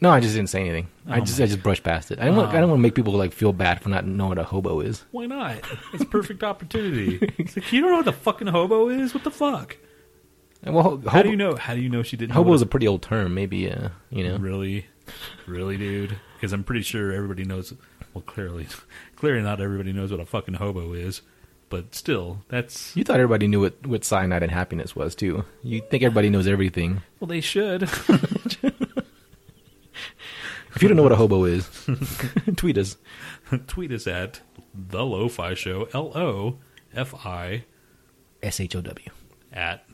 Speaker 3: No, I just didn't say anything. I
Speaker 2: Oh
Speaker 3: just
Speaker 2: my
Speaker 3: I just brushed past it. I don't want I don't want to make people like feel bad for not knowing what a hobo is.
Speaker 2: Why not? It's a perfect opportunity. It's like you don't know what the fucking hobo is. What the fuck?
Speaker 3: Well, ho-
Speaker 2: How
Speaker 3: hobo,
Speaker 2: do you know? How do you know she didn't?
Speaker 3: Hobo
Speaker 2: know
Speaker 3: is a
Speaker 2: what
Speaker 3: pretty old term, maybe. Uh, you know,
Speaker 2: really, really, dude. Because I'm pretty sure everybody knows. Well, clearly, clearly not everybody knows what a fucking hobo is. But still, that's
Speaker 3: you thought everybody knew what what cyanide and happiness was too. You think everybody knows everything.
Speaker 2: well, they should.
Speaker 3: If you don't know what a hobo is, tweet us.
Speaker 2: Tweet us at the Lo-Fi Show. L O F I
Speaker 3: S H O W.
Speaker 2: at.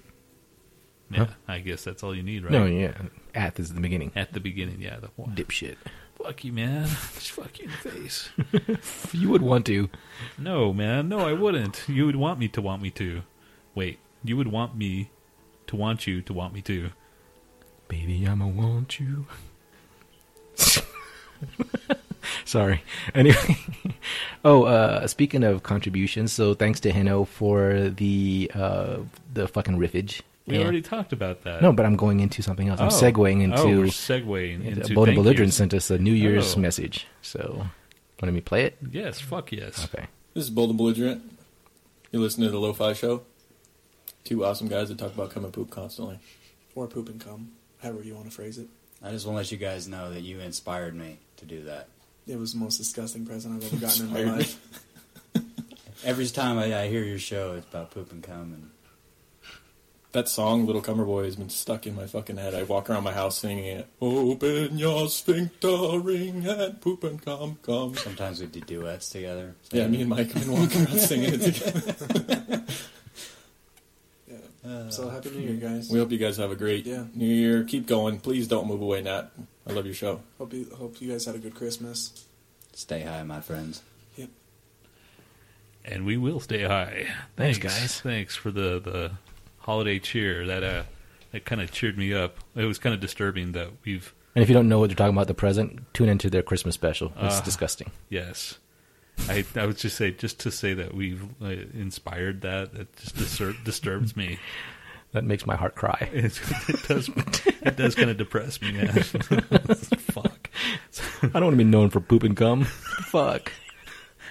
Speaker 2: Yeah,
Speaker 3: Huh?
Speaker 2: I guess that's all you need, right?
Speaker 3: No, yeah. At is the beginning.
Speaker 2: At the beginning, yeah. The one.
Speaker 3: Dipshit.
Speaker 2: Fuck you, man. Just fuck you in the face.
Speaker 3: If you would want to.
Speaker 2: no, man. No, I wouldn't. You would want me to want me to. Wait, you would want me to want you to want me to.
Speaker 3: Baby, I'ma want you. Sorry. Anyway. Oh, uh speaking of contributions, so thanks to Hino for the uh the fucking riffage.
Speaker 2: We
Speaker 3: Yeah.
Speaker 2: already talked about that.
Speaker 3: No, but I'm going into something else.
Speaker 2: Oh.
Speaker 3: I'm segueing into, uh,
Speaker 2: Oh, we're segueing
Speaker 3: into
Speaker 2: into.
Speaker 3: Bona
Speaker 2: thank
Speaker 3: Belligerent
Speaker 2: yous.
Speaker 3: sent us a New Year's
Speaker 2: Oh. Mm.
Speaker 3: message. So let me play it.
Speaker 2: Yes, fuck yes.
Speaker 3: Okay.
Speaker 5: This is Bold and Belligerent. You're listening to the Lo-Fi Show. Two awesome guys that talk about cum and poop constantly.
Speaker 6: Or poop and cum, however you want to phrase it.
Speaker 7: I just want to let you guys know that you inspired me to do that.
Speaker 6: It was the most disgusting present I've ever gotten in my life.
Speaker 7: Every time I, I hear your show, it's about poop and cum, and
Speaker 5: That song, Little Cummer Boy, has been stuck in my fucking head. I walk around my house singing it. Open your sphincter ring and poop and cum cum.
Speaker 7: sometimes we do duets together. So-
Speaker 5: Yeah, me and Mike have been walking around singing it together.
Speaker 6: so happy New Year, guys.
Speaker 5: We hope you guys have a great
Speaker 6: Yeah.
Speaker 5: New Year. Keep going. Please don't move away, Nat. I love your show.
Speaker 6: hope you hope you guys had a good Christmas.
Speaker 7: Stay high, my friends.
Speaker 2: And we will stay high.
Speaker 3: Thanks, guys.
Speaker 2: Thanks for the, the holiday cheer. That uh, that kind of cheered me up. It was kind of disturbing that we've
Speaker 3: And if you don't know what they're talking about the present, tune into their Christmas special. It's
Speaker 2: Ah.
Speaker 3: disgusting.
Speaker 2: Yes. I, I would just say just to say that we've uh, inspired that that just disur- disturbs me.
Speaker 3: That makes my heart cry.
Speaker 2: It's, it does it does kind of depress me, man. fuck.
Speaker 3: I don't want to be known for poop and cum. Fuck.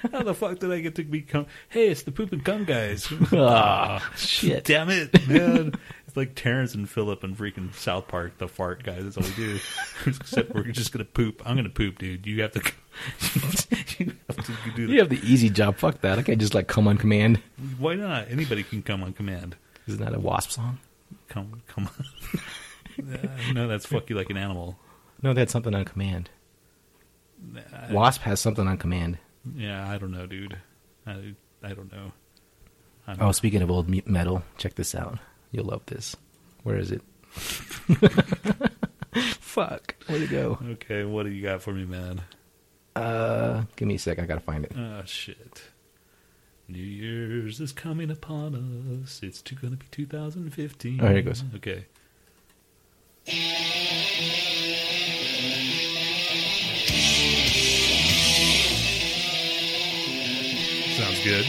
Speaker 2: How the fuck did I get to become? Hey, it's the poop and cum guys.
Speaker 3: Ah, shit.
Speaker 2: Damn it, man! It's like Terrence and Philip and freaking South Park, the fart guys. That's all we do. Except we're just gonna poop. I'm gonna poop, dude. You have to. you have to do that.
Speaker 3: You have the easy job. Fuck that. I can't just like come on command.
Speaker 2: Why not? Anybody can come on command.
Speaker 3: Isn't that a wasp song?
Speaker 2: Come, come on. Uh, no, that's fuck you like an animal.
Speaker 3: No, they had something on command. wasp has something on command.
Speaker 2: Yeah, I don't know, dude. I, I don't know. I don't
Speaker 3: Oh, speaking of old me- metal, check this out. You'll love this. Where is it? Fuck. Where'd it go?
Speaker 2: know. Okay, what do you got for me, man?
Speaker 3: Uh, give me a sec. I gotta find it.
Speaker 2: Oh, shit. New Year's is coming upon us. It's too, gonna be 2015.
Speaker 3: Oh, here it goes.
Speaker 2: Okay. Sounds good.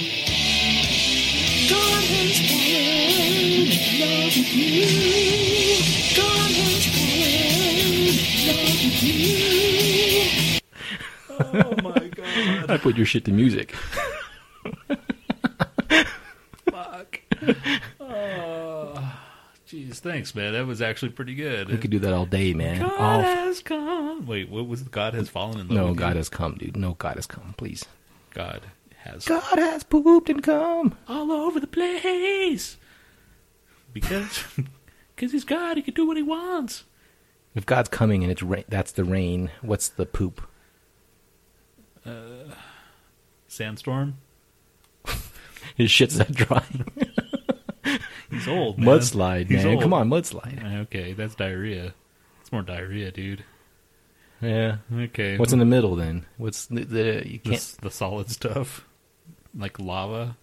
Speaker 2: Oh my god!
Speaker 8: I put your shit to music.
Speaker 2: Fuck. Oh, jeez. Thanks, man. That was actually pretty good.
Speaker 3: We could do that all day, man.
Speaker 2: God
Speaker 3: All f-
Speaker 2: has come. Wait, what was God has fallen in love?
Speaker 3: no,
Speaker 2: with
Speaker 3: God
Speaker 2: you?
Speaker 3: has come, dude. No, God has come, please.
Speaker 2: God has
Speaker 3: God has pooped and come.
Speaker 2: all over the place because because he's God. He can do what he wants.
Speaker 3: If God's coming and it's ra- that's the rain, what's the poop?
Speaker 2: Sandstorm.
Speaker 3: His shit's that dry.
Speaker 2: He's old. Man.
Speaker 3: mudslide,
Speaker 2: He's
Speaker 3: man.
Speaker 2: old.
Speaker 3: Come on, mudslide.
Speaker 2: Okay, that's diarrhea. It's more diarrhea, dude.
Speaker 3: Yeah.
Speaker 2: Okay.
Speaker 3: What's in the middle then? What's the, the
Speaker 2: the,
Speaker 3: you can't
Speaker 2: s- the solid stuff, like lava.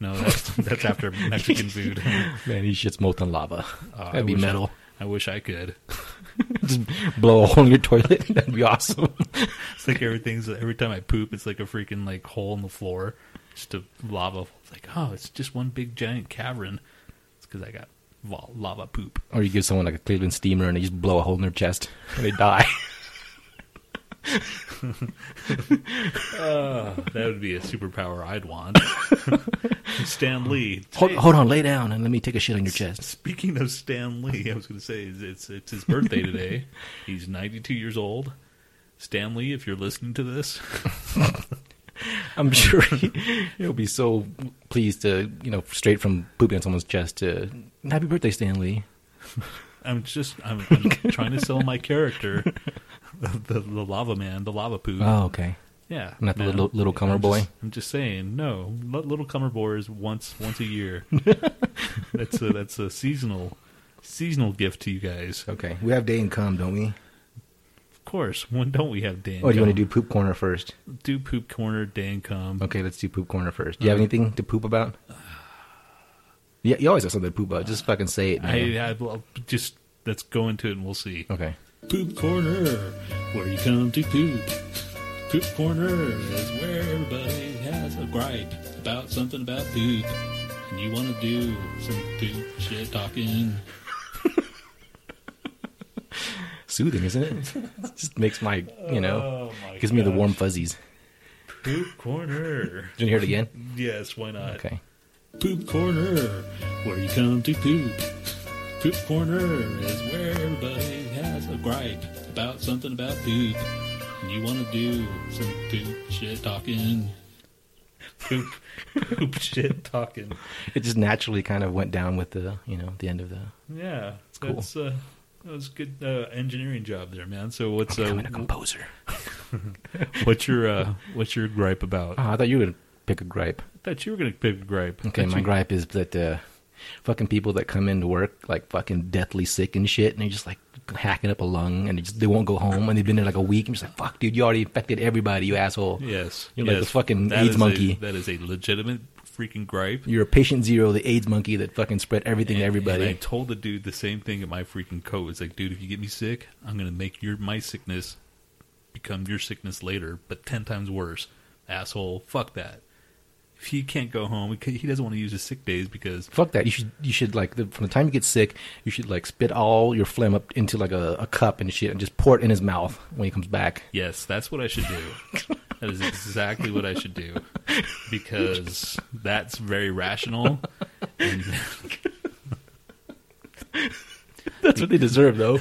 Speaker 2: No, that's that's after Mexican food.
Speaker 3: man? His shit's molten lava.
Speaker 2: Uh, I
Speaker 3: That'd be
Speaker 2: wish I-
Speaker 3: metal.
Speaker 2: I wish I could.
Speaker 3: Just blow a hole in your toilet. That'd be awesome.
Speaker 2: It's like everything's every time I poop, it's like a freaking like hole in the floor, just a lava. It's like oh, it's just one big giant cavern. It's because I got vol- lava poop.
Speaker 3: or you give someone like a Cleveland steamer and they just blow a hole in their chest and they die.
Speaker 2: That would be a superpower I'd want. Stan Lee.
Speaker 3: hold,
Speaker 2: Hey,
Speaker 3: hold on, lay down and let me take a shit on your chest.
Speaker 2: Speaking of Stan Lee, I was going to say it's, it's it's his birthday today. He's 92 years old. Stan Lee, if you're listening to this,
Speaker 3: I'm sure he, he'll be so pleased to you know straight from pooping on someone's chest to happy birthday, Stanley.
Speaker 2: I'm just I'm, I'm trying to sell my character, the, the, the lava man, the lava poo.
Speaker 3: Oh, okay.
Speaker 2: yeah,
Speaker 3: not the
Speaker 2: man.
Speaker 3: little- little Cummer
Speaker 2: I'm
Speaker 3: boy?
Speaker 2: just- I'm just saying, no, li- little Cummer boy is once once a year. that's a that's a seasonal seasonal gift to you guys.
Speaker 3: Okay, we have day and come, don't we?
Speaker 2: Of course, when don't we have Dan?
Speaker 3: Or Oh, do you want
Speaker 2: Cum?
Speaker 3: to do Oh, poop corner first?
Speaker 2: do poop corner Dan come?
Speaker 3: Okay, let's do poop corner first. Do you have anything to poop about? Yeah, you always have something to poop about. Just fucking say it.
Speaker 2: I,
Speaker 3: Man.
Speaker 2: I well, just let's go into it and we'll see.
Speaker 3: okay.
Speaker 4: Poop Corner, where you come to poop. Poop Corner is where everybody has a gripe about something about poop. And you want to do some poop shit talking.
Speaker 3: Soothing, isn't it? just makes my you
Speaker 2: Oh,
Speaker 3: know gives me the warm fuzzies.
Speaker 2: poop corner.
Speaker 3: Do you hear it again?
Speaker 2: yes, why not?
Speaker 3: Okay.
Speaker 4: Poop Corner, where you come to poop. Poop Corner is where everybody has a gripe about something about poop. And you want to do some poop shit talking.
Speaker 2: Poop, poop, shit, talking.
Speaker 3: It just naturally kind of went down with the you know the end of the.
Speaker 2: Yeah,
Speaker 3: cool.
Speaker 2: that's uh, that was a good uh, engineering job there, man. So what's
Speaker 3: I'm
Speaker 2: uh,
Speaker 3: a composer.
Speaker 2: what's your uh, what's your gripe about?
Speaker 3: Oh, I thought you were gonna pick a gripe.
Speaker 2: That you were gonna pick a gripe.
Speaker 3: Okay,
Speaker 2: That
Speaker 3: my
Speaker 2: you-
Speaker 3: gripe is that uh, fucking people that come into work like fucking deathly sick and shit, and they're just like hacking up a lung, and they just they won't go home, and they've been there like a week. I'm just like, fuck, dude, you already infected everybody, you asshole.
Speaker 2: Yes,
Speaker 3: You're like
Speaker 2: yes,
Speaker 3: the fucking
Speaker 2: that
Speaker 3: AIDS
Speaker 2: is a-
Speaker 3: monkey.
Speaker 2: that is a legitimate freaking gripe.
Speaker 3: You're a patient zero, the AIDS monkey that fucking spread everything to
Speaker 2: And-
Speaker 3: everybody.
Speaker 2: and I told the dude the same thing at my freaking coat. It's like, dude, if you get me sick, I'm gonna make your my sickness become your sickness later, but ten times worse. Asshole, fuck that. If he can't go home, he doesn't want to use his sick days because
Speaker 3: Fuck that. You should you should like the, from the time you get sick, you should like spit all your phlegm up into like a, a cup and shit, and just pour it in his mouth when he comes back.
Speaker 2: yes, that's what I should do. that is exactly what I should do because that's very rational. And
Speaker 3: That's what they deserve, though.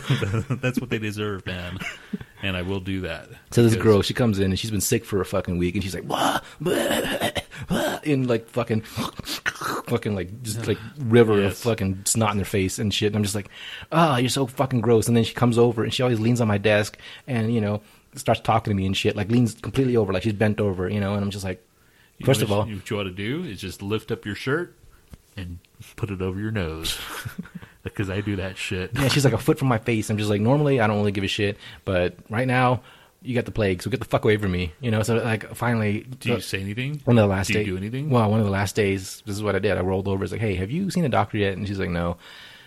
Speaker 2: that's what they deserve, man. And I will do that.
Speaker 3: So this
Speaker 2: Because-
Speaker 3: girl, she comes in and she's been sick for a fucking week, and she's like, blah, blah, blah, and like fucking, fucking like just like river of
Speaker 2: Yes.
Speaker 3: fucking snot in her face and shit. And I'm just like, ah, you're so fucking gross. And then she comes over and she always leans on my desk and you know starts talking to me and shit, like leans completely over, like she's bent over, you know. And I'm just like,
Speaker 2: You
Speaker 3: first
Speaker 2: know
Speaker 3: of all,
Speaker 2: what you, what you ought to do is just lift up your shirt and put it over your nose because I do that shit.
Speaker 3: yeah, she's like a foot from my face. I'm just like, normally I don't really give a shit, but right now you got the plague, so get the fuck away from me, you know. So like finally,
Speaker 2: Do you say anything?
Speaker 3: One of the last
Speaker 2: Do you
Speaker 3: days.
Speaker 2: do anything?
Speaker 3: Well, one of the last days, this is what I did. I rolled over. It's like, hey, have you seen a doctor yet? And she's like, no.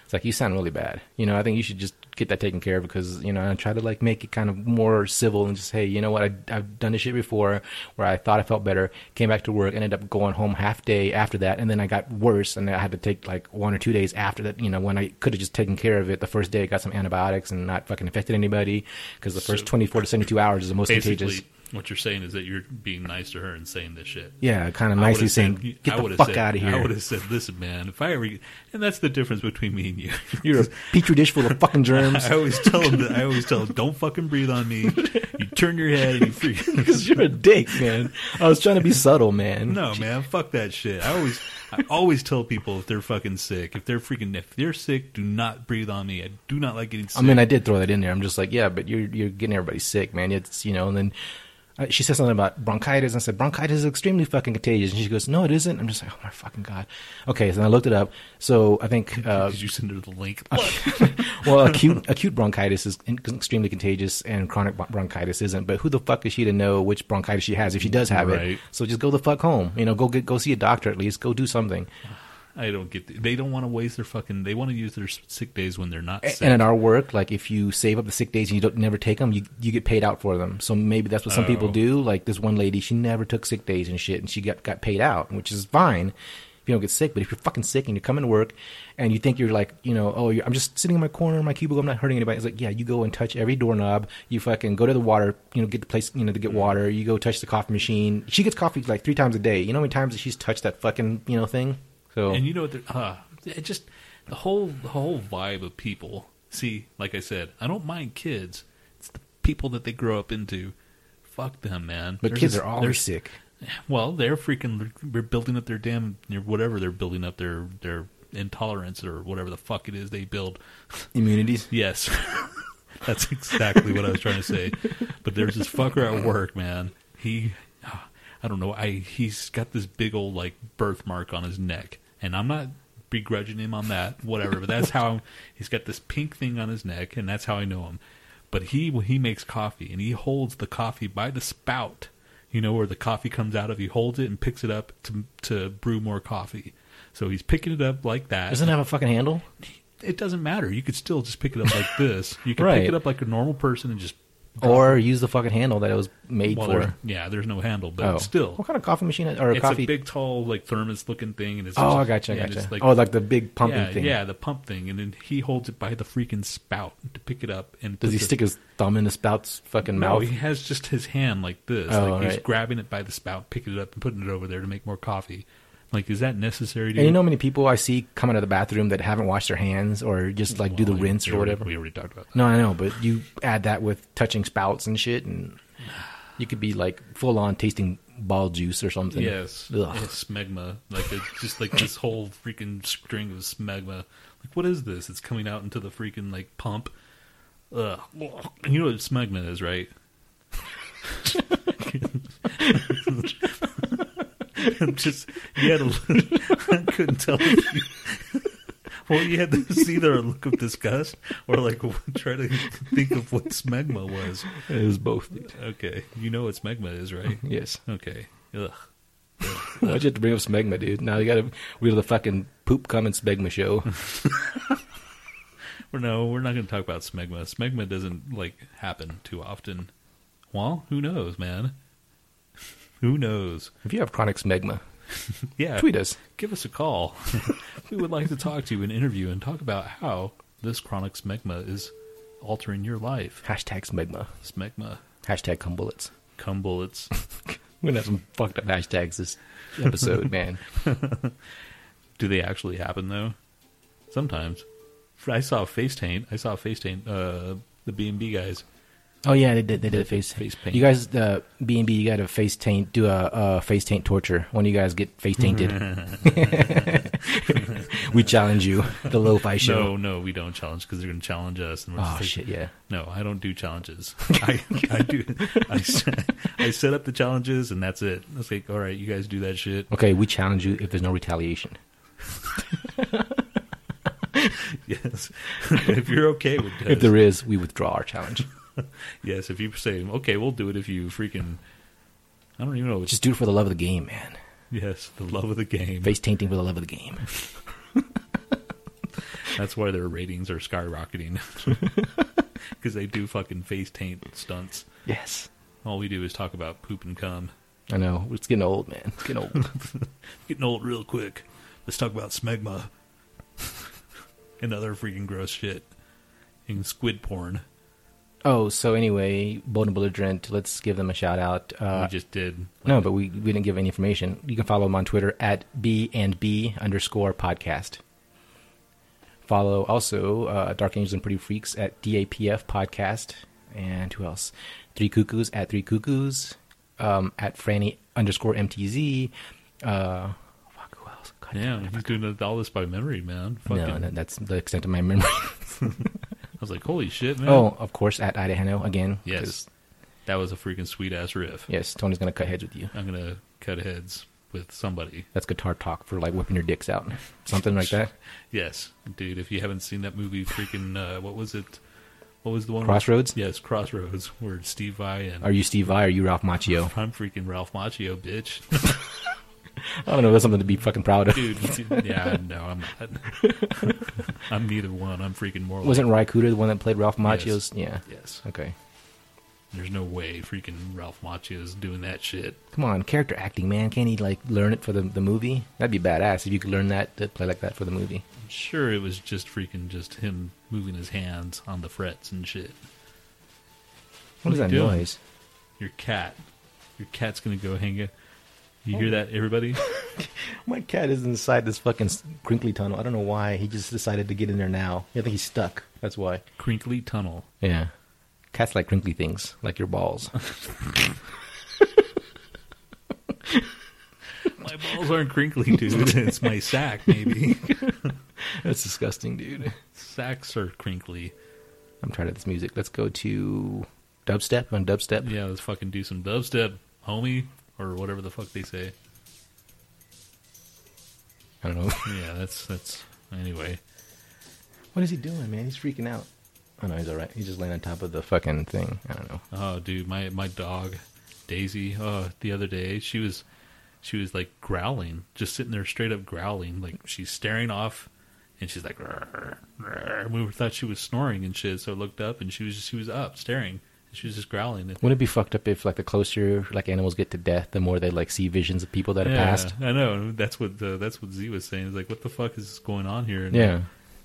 Speaker 3: It's like you sound really bad. You know, I think you should just get that taken care of because you know I try to like make it kind of more civil and just hey, you know what? I, I've done this shit before where I thought I felt better, came back to work, ended up going home half day after that, and then I got worse, and I had to take like one or two days after that. You know, when I could have just taken care of it the first day, got some antibiotics and not fucking infected anybody because the
Speaker 2: So-
Speaker 3: first twenty four to seventy two hours is the most
Speaker 2: Basically,
Speaker 3: contagious.
Speaker 2: What you're saying is that you're being nice to her and saying this shit.
Speaker 3: Yeah, kind of
Speaker 2: I
Speaker 3: nicely
Speaker 2: would've
Speaker 3: saying,
Speaker 2: said- I
Speaker 3: "Get the
Speaker 2: would've
Speaker 3: fuck
Speaker 2: said-
Speaker 3: out of
Speaker 2: I
Speaker 3: here."
Speaker 2: would have said, "Listen, man, if I ever," and that's the difference between me and you.
Speaker 3: You're a petri dish full of fucking germs
Speaker 2: I always tell them that I always tell them, "Don't fucking breathe on me." You turn your head and you freak.
Speaker 3: because you're a dick, man. I was trying to be subtle, man.
Speaker 2: No, man, fuck that shit. I always, I always tell people if they're fucking sick, if they're freaking, if they're sick, do not breathe on me. I do not like getting sick.
Speaker 3: I mean, I did throw that in there. I'm just like, yeah, but you're you're getting everybody sick, man. It's you know, and then uh, she says something about bronchitis. And I said bronchitis is extremely fucking contagious, and she goes, no, it isn't. I'm just like, oh my fucking god. Okay, so then I looked it up. So I think, uh,
Speaker 2: Did you send her the link? Look,
Speaker 3: well, acute acute bronchitis is in- extremely contagious, and chronic bron- bronchitis isn't. But who the fuck is she to know which bronchitis she has if she does have
Speaker 2: Right.
Speaker 3: it? So just go the fuck home. You know, go get go see a doctor at least. Go do something.
Speaker 2: I don't get. The, they don't want to waste their fucking. They want to use their sick days when they're not
Speaker 3: A-
Speaker 2: sick.
Speaker 3: And at our work, like if you save up the sick days and you don't never take them, you you get paid out for them. So maybe that's what some people
Speaker 2: Oh.
Speaker 3: do. Like this one lady, she never took sick days and shit, and she got got paid out, which is fine if you don't get sick. But if you're fucking sick and you're coming to work, and you think you're like, you know, oh, you're, I'm just sitting in my corner, in my cubicle, I'm not hurting anybody. It's like, yeah, you go and touch every doorknob. You fucking go to the water, you know, get the place, you know, to get water. You go touch the coffee machine. She gets coffee like three times a day. You know how many times that she's touched that fucking you know thing. So
Speaker 2: And you know what? they're- Uh, it just the whole the whole vibe of people. See, like I said, I don't mind kids. It's the people that they grow up into. Fuck them, man.
Speaker 3: but
Speaker 2: They're
Speaker 3: kids
Speaker 2: just-
Speaker 3: are
Speaker 2: they're-
Speaker 3: always sick.
Speaker 2: Well, they're freaking. They're building up their damn. Their whatever they're building up their their intolerance or whatever the fuck it is they build.
Speaker 3: Immunities.
Speaker 2: Yes. That's exactly what I was trying to say. But there's this fucker at work, man. He uh, I don't know, I he's got this big old like birthmark on his neck. And I'm not begrudging him on that, whatever, but that's how he's got this pink thing on his neck and that's how I know him. But he he makes coffee and he holds the coffee by the spout. You know where the coffee comes out of. He holds it and picks it up to to brew more coffee. So he's picking it up like that
Speaker 3: Doesn't it have a fucking handle.
Speaker 2: it doesn't matter. You could still just pick it up like this. You can
Speaker 3: Right.
Speaker 2: pick it up like a normal person and just
Speaker 3: or use the fucking handle that it was made
Speaker 2: well,
Speaker 3: for.
Speaker 2: there- yeah. There's no handle, but
Speaker 3: oh,
Speaker 2: still,
Speaker 3: what kind of coffee machine is- or
Speaker 2: it's
Speaker 3: coffee?
Speaker 2: a big, tall, like thermos looking thing, and it's
Speaker 3: oh,
Speaker 2: just-
Speaker 3: I gotcha, I
Speaker 2: yeah,
Speaker 3: gotcha.
Speaker 2: just like-
Speaker 3: oh, like the big pumping
Speaker 2: yeah,
Speaker 3: thing.
Speaker 2: yeah, the pump thing, and then he holds it by the freaking spout to pick it up. And
Speaker 3: Does
Speaker 2: put
Speaker 3: he
Speaker 2: the-
Speaker 3: stick his thumb in the spout's fucking
Speaker 2: No,
Speaker 3: mouth?
Speaker 2: he has just his hand like this.
Speaker 3: Oh,
Speaker 2: like he's
Speaker 3: right.
Speaker 2: grabbing it by the spout, picking it up, and putting it over there to make more coffee. Like, is that necessary? To
Speaker 3: and you know how many people I see come out of the bathroom that haven't washed their hands or just like do the rinse or whatever?
Speaker 2: Oh, We already talked about that.
Speaker 3: No, I know, but you add that with touching spouts and shit, and you could be like full on tasting ball juice or something.
Speaker 2: Yes,
Speaker 3: Ugh.
Speaker 2: it's smegma. Like it's just like this whole freaking string of smegma. Like what is this? It's coming out into the freaking like pump. Ugh. And you know what smegma is, right? I'm just you had a, I couldn't tell. If you, well, you had to see their look of disgust, or like try to think of what smegma was.
Speaker 3: It was both.
Speaker 2: Okay, you know what smegma is, right?
Speaker 3: Yes.
Speaker 2: Okay. Ugh.
Speaker 3: Why'd you have to bring up smegma, dude? Now you gotta, we're the fucking poop coming smegma show.
Speaker 2: We're no, we're not going to talk about smegma. Smegma doesn't like happen too often. Well, who knows, man? Who knows?
Speaker 3: if you have chronic smegma,
Speaker 2: Yeah,
Speaker 3: tweet us.
Speaker 2: Give us a call. we would like to talk to you and interview and talk about how this chronic smegma is altering your life.
Speaker 3: Hashtag smegma.
Speaker 2: Smegma,
Speaker 3: Hashtag cum bullets.
Speaker 2: cum bullets.
Speaker 3: We're gonna have some fucked up hashtags this episode, man.
Speaker 2: Do they actually happen though? Sometimes. I saw face taint. I saw face taint. Uh, the B and B guys.
Speaker 3: Oh yeah, they did. They did a face
Speaker 2: Face paint.
Speaker 3: You guys, uh, B and B, you got to face taint. Do a uh, face taint torture. One of you guys get face tainted. we challenge you. The lo-fi show.
Speaker 2: No, no, we don't challenge because they're going to challenge us. And we're
Speaker 3: Oh
Speaker 2: just like,
Speaker 3: shit, yeah.
Speaker 2: No, I don't do challenges. I, I do. I, se- I set up the challenges, and that's it. It's like, all right, you guys do that shit.
Speaker 3: Okay, we challenge you if there's no retaliation.
Speaker 2: Yes, if you're okay with this.
Speaker 3: If there is, we withdraw our challenge.
Speaker 2: yes, if you say, okay, we'll do it. If you freaking, I don't even know. Just
Speaker 3: Just do it for the love of the game, man.
Speaker 2: yes, the love of the game.
Speaker 3: Face tainting for the love of the game.
Speaker 2: That's why their ratings are skyrocketing because they do fucking face taint stunts.
Speaker 3: Yes.
Speaker 2: All we do is talk about poop and cum.
Speaker 3: I know. It's getting old, man. It's getting old.
Speaker 2: Getting old real quick. Let's talk about smegma and other freaking gross shit and squid porn.
Speaker 3: Oh, so anyway, Bold and Belligerent, let's give them a shout out. Uh,
Speaker 2: we just did.
Speaker 3: no, but we, we didn't give any information. You can follow them on Twitter at B and B underscore podcast. Follow also uh, Dark Angels and Pretty Freaks at DAPF podcast. And who else? Three Cuckoos at Three Cuckoos, um, at Franny underscore MTZ. Uh, fuck, who else? God damn
Speaker 2: Yeah, he's doing all this by memory, man. Fucking,
Speaker 3: No, no, that's the extent of my memory.
Speaker 2: I was like, holy shit, man.
Speaker 3: oh, of course, at Idahano again.
Speaker 2: yes,
Speaker 3: 'cause-
Speaker 2: that was a freaking sweet ass riff.
Speaker 3: Yes, Tony's going to cut heads with you.
Speaker 2: I'm gonna cut heads with somebody.
Speaker 3: That's guitar talk for like whipping your dicks out. Something like that.
Speaker 2: Yes, dude. If you haven't seen that movie, freaking uh, what was it? What was the one?
Speaker 3: Crossroads?
Speaker 2: yes, Crossroads, where Steve Vai and
Speaker 3: Are you Steve Vai? Are you Ralph Macchio?
Speaker 2: I'm freaking Ralph Macchio, bitch.
Speaker 3: I don't know. That's something to be fucking proud of.
Speaker 2: Dude, yeah, no, I'm not. I'm neither one. I'm freaking more. like-
Speaker 3: Wasn't Raikuda the one that played Ralph Macchio's? Yeah.
Speaker 2: Yes,
Speaker 3: Okay.
Speaker 2: there's no way freaking Ralph Macchio's doing that shit.
Speaker 3: Come on, character acting, man. Can't he like learn it for the, the movie? That'd be badass if you could learn that to play like that for the movie.
Speaker 2: I'm sure it was just freaking just him moving his hands on the frets and shit.
Speaker 3: What is
Speaker 2: What
Speaker 3: that
Speaker 2: are you doing?
Speaker 3: noise?
Speaker 2: Your cat, your cat's gonna go hang it. You hear that, everybody?
Speaker 3: My cat is inside this fucking s- crinkly tunnel. I don't know why. He just decided to get in there now. I think he's stuck. That's why.
Speaker 2: Crinkly tunnel.
Speaker 3: Yeah. Cats like crinkly things, like your balls.
Speaker 2: My balls aren't crinkly, dude. it's my sack, maybe.
Speaker 3: That's disgusting, dude.
Speaker 2: Sacks are crinkly.
Speaker 3: I'm tired of this music. Let's go to dubstep on dubstep.
Speaker 2: Yeah, let's fucking do some dubstep, homie, or whatever the fuck they say.
Speaker 3: I don't know.
Speaker 2: Yeah, that's that's anyway.
Speaker 3: what is he doing, man? He's freaking out. Oh no, he's all right. He's just laying on top of the fucking thing. I don't know.
Speaker 2: Oh, dude, my my dog Daisy. Uh, the other day she was she was like growling, just sitting there straight up growling, like she's staring off, and she's like, "Rrr, rrr." And we thought she was snoring and shit. So I looked up, and she was she was up staring. and She was just growling.
Speaker 3: Wouldn't it be fucked up if like the closer like animals get to death, the more they like see visions of people that have passed?
Speaker 2: I know. That's what uh, that's what Z was saying. It's like, what the fuck is going on here? And,
Speaker 3: Yeah.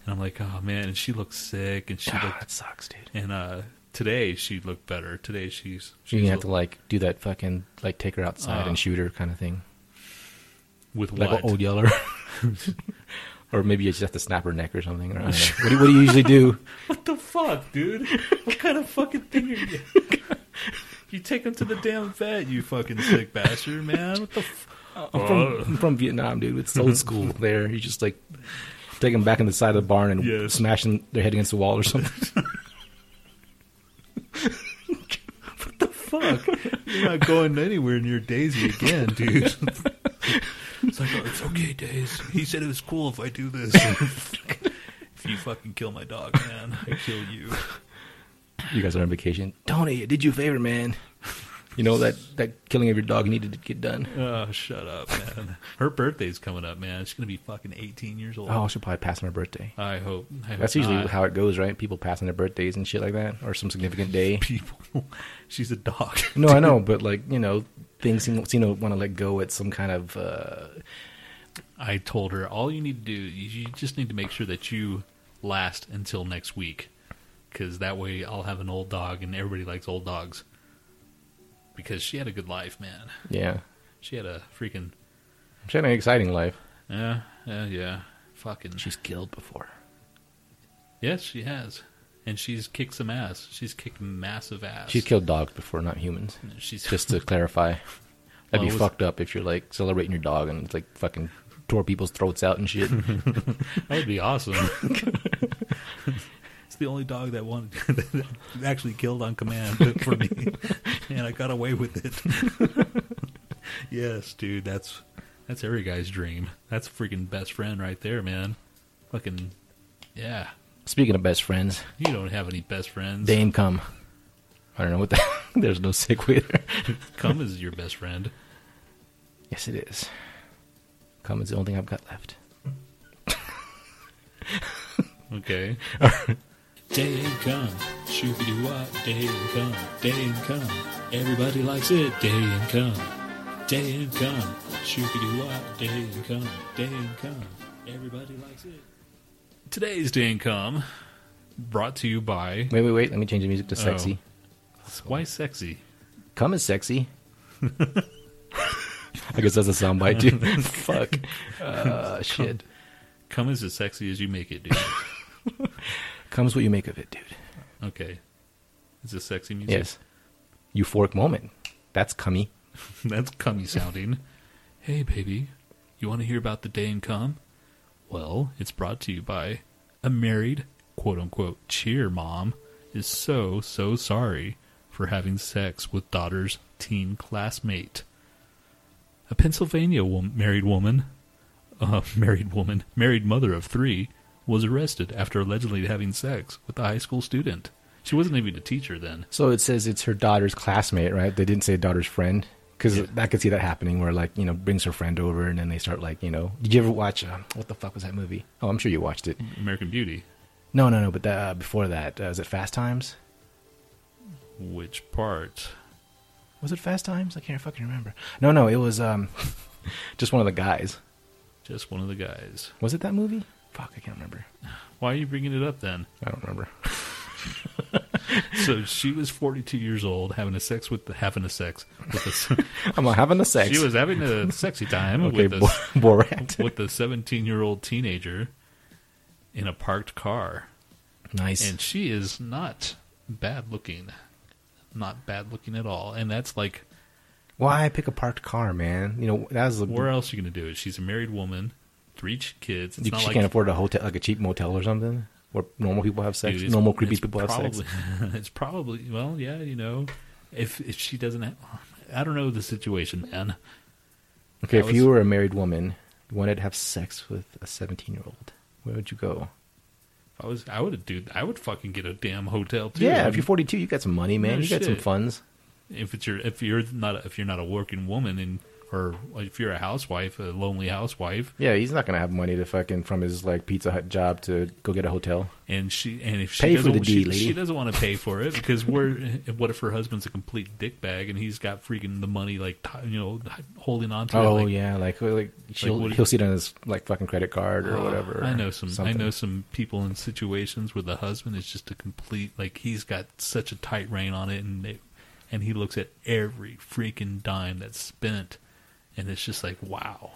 Speaker 2: And I'm like, oh man. And she looked sick, and she
Speaker 3: Ah,
Speaker 2: looked.
Speaker 3: that sucks, dude.
Speaker 2: And uh, today she looked better. Today she's
Speaker 3: You're
Speaker 2: she's
Speaker 3: gonna have to like do that fucking like take her outside
Speaker 2: Uh,
Speaker 3: and shoot her kind of thing,
Speaker 2: with what?
Speaker 3: like an old yeller, or maybe you just have to snap her neck or something. Or I don't know. What, do, what do you usually do?
Speaker 2: What the fuck, dude? What kind of fucking thing are you? you take them to the damn vet, you fucking sick bastard, man. What the? F-
Speaker 3: I'm Oh, from, I'm from Vietnam, dude. It's old school there. You just like take them back in the side of the barn and
Speaker 2: Yes.
Speaker 3: smash them, their head against the wall or something.
Speaker 2: fuck, you're not going anywhere near Daisy again, dude. it's like, oh, it's okay, Daisy. He said it was cool if I do this. if you fucking kill my dog, man, I kill you.
Speaker 3: you guys are on vacation. Tony, I did you a favor, man. You know that that killing of your dog needed to get done.
Speaker 2: Oh, shut up, man. Her birthday's coming up, man. She's gonna be fucking 18 years old.
Speaker 3: Oh, I should probably pass on her birthday.
Speaker 2: I hope. I hope
Speaker 3: That's usually
Speaker 2: not.
Speaker 3: how it goes, right? People passing their birthdays and shit like that, or some significant day.
Speaker 2: people. She's a dog.
Speaker 3: No, I know, but like you know, things seem, seem to want to let go at some kind of. Uh,
Speaker 2: I told her all you need to do is you just need to make sure that you last until next week cuz that way I'll have an old dog and everybody likes old dogs. Because she had a good life, man.
Speaker 3: yeah,
Speaker 2: She had a freaking
Speaker 3: she had an exciting life.
Speaker 2: yeah, yeah, yeah. Fucking
Speaker 3: She's killed before.
Speaker 2: Yes, she has. And she's kicked some ass. She's kicked massive ass.
Speaker 3: She's killed dogs before, not humans.
Speaker 2: she's
Speaker 3: Just to clarify,
Speaker 2: Well,
Speaker 3: that'd
Speaker 2: it
Speaker 3: be
Speaker 2: was-
Speaker 3: fucked up if you're like celebrating your dog and it's like fucking tore people's throats out and shit.
Speaker 2: That would be awesome. it's the only dog that wanted that actually killed on command for me, and I got away with it. yes, dude, that's that's every guy's dream. That's freaking best friend right there, man. Fucking yeah.
Speaker 3: Speaking of best friends,
Speaker 2: You don't have any best friends.
Speaker 3: Dame come. I don't know what the. There's no segue there.
Speaker 2: Cum is your best friend.
Speaker 3: Yes, it is. Come is the only thing I've got left.
Speaker 2: Okay.
Speaker 4: Day and come, shooby doo wop, day and come, day and come. Everybody likes it, day and come, day and come, shooby doo wop, day and come, day and come. Everybody likes it.
Speaker 2: Today's day and come
Speaker 8: brought to you by.
Speaker 3: Wait, wait, wait. Let me change the music to sexy.
Speaker 2: Oh. Why sexy?
Speaker 3: Come is sexy. I guess that's a soundbite too. Fuck. Uh, shit.
Speaker 2: Come as as sexy as you make it, dude.
Speaker 3: Comes what you make of it, dude.
Speaker 2: okay. Is this sexy music?
Speaker 3: Yes. Euphoric moment. That's cummy.
Speaker 2: That's cummy sounding. hey, baby, you want to hear about the day in cum? Well, it's brought to you by a married, quote unquote, cheer mom is so, so sorry for having sex with daughter's teen classmate. A Pennsylvania wo- married woman, uh, married woman, married mother of three, was arrested after allegedly having sex with a high school student. She wasn't even a teacher then.
Speaker 3: So it says it's her daughter's classmate, right? They didn't say daughter's friend. Because I could see that happening where, like, you know, brings her friend over and then they start, like, you know. Did you ever watch, uh, what the fuck was that movie? Oh, I'm sure you watched it.
Speaker 2: American Beauty.
Speaker 3: No, no, no, but uh, before that, uh, was it Fast Times?
Speaker 2: Which part?
Speaker 3: Was it Fast Times? I can't fucking remember. No, no, it was um, just one of the guys.
Speaker 2: Just one of the guys.
Speaker 3: Was it that movie? Fuck, I can't remember.
Speaker 2: Why are you bringing it up then?
Speaker 3: I don't remember.
Speaker 2: So she was 42 years old, having a sex with the, having a sex with the.
Speaker 3: I'm not having a sex.
Speaker 2: she was having a sexy time
Speaker 3: okay,
Speaker 2: with
Speaker 3: Bo-
Speaker 2: a,
Speaker 3: Borat.
Speaker 2: with a 17 year old teenager in a parked car,
Speaker 3: Nice.
Speaker 2: and she is not bad looking, not bad looking at all. And that's like,
Speaker 3: Why pick a parked car, man? You know that was the
Speaker 2: where else are you going to do it? She's a married woman, three ch- kids. It's
Speaker 3: you, she
Speaker 2: not like
Speaker 3: can't afford a hotel, like a cheap motel or something, where normal people have sex.
Speaker 2: Dude, it's-
Speaker 3: normal creepy
Speaker 2: it's
Speaker 3: people have
Speaker 2: probably,
Speaker 3: sex.
Speaker 2: It's probably well, yeah, you know, if if she doesn't, have, I don't know the situation, man. that
Speaker 3: Okay, if
Speaker 2: was-
Speaker 3: you were a married woman, you wanted to have sex with a 17 year old, where would you go?
Speaker 2: If I was, I would do. I would fucking get a damn hotel too.
Speaker 3: yeah,
Speaker 2: I
Speaker 3: if you're
Speaker 2: mean,
Speaker 3: 42, you got some money, man.
Speaker 2: No
Speaker 3: you got some
Speaker 2: shit.
Speaker 3: funds.
Speaker 2: if it's your, if you're not, if you're not a working woman and or if you're a housewife, a lonely housewife,
Speaker 3: Yeah, he's not gonna have money to fucking from his like Pizza Hut job to go get a hotel.
Speaker 2: and she and if she
Speaker 3: Pay for
Speaker 2: doesn't,
Speaker 3: the
Speaker 2: she,
Speaker 3: D, lady.
Speaker 2: she doesn't want to pay for it because we're. what if her husband's a complete dickbag and he's got freaking the money like t- you know holding on to? it,
Speaker 3: Oh
Speaker 2: like,
Speaker 3: yeah, like like, she'll,
Speaker 2: what if-
Speaker 3: he'll see it on his like fucking credit card or
Speaker 2: Uh,
Speaker 3: whatever.
Speaker 2: I know some.
Speaker 3: something.
Speaker 2: I know some people in situations where the husband is just a complete like he's got such a tight rein on it, and they, and he looks at every freaking dime that's spent, and it's just like wow,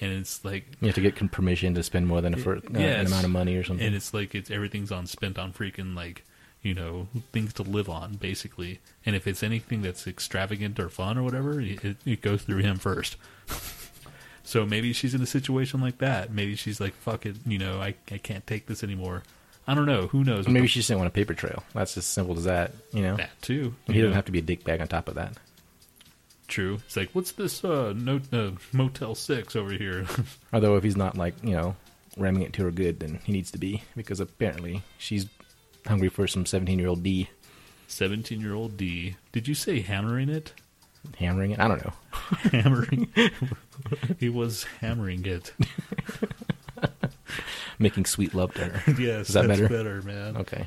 Speaker 2: and it's like
Speaker 3: You have to get con- permission to spend more than a, fir- uh, an
Speaker 2: yes.
Speaker 3: amount of money or something.
Speaker 2: and it's like it's everything's on spent on freaking like you know things to live on basically, and if it's anything that's extravagant or fun or whatever, it, it- it goes through him first. So maybe she's in a situation like that. Maybe she's like, fuck it, you know, I, I can't take this anymore. I don't know. Who knows?
Speaker 3: Or Maybe she just didn't want a paper trail. That's as simple as that, you know.
Speaker 2: that too.
Speaker 3: He
Speaker 2: you
Speaker 3: doesn't
Speaker 2: know?
Speaker 3: have to be a dickbag on top of that.
Speaker 2: True. It's like, what's this uh, no, uh, Motel 6 over here?
Speaker 3: Although if he's not like you know ramming it to her good, then he needs to be because apparently she's hungry for some seventeen-year-old D
Speaker 2: 17 year old D. Did you say hammering it?
Speaker 3: hammering it. I don't know.
Speaker 2: Hammering. he was hammering it.
Speaker 3: Making sweet love to her.
Speaker 2: Yes,
Speaker 3: Is that
Speaker 2: that's
Speaker 3: better?
Speaker 2: man.
Speaker 3: Okay.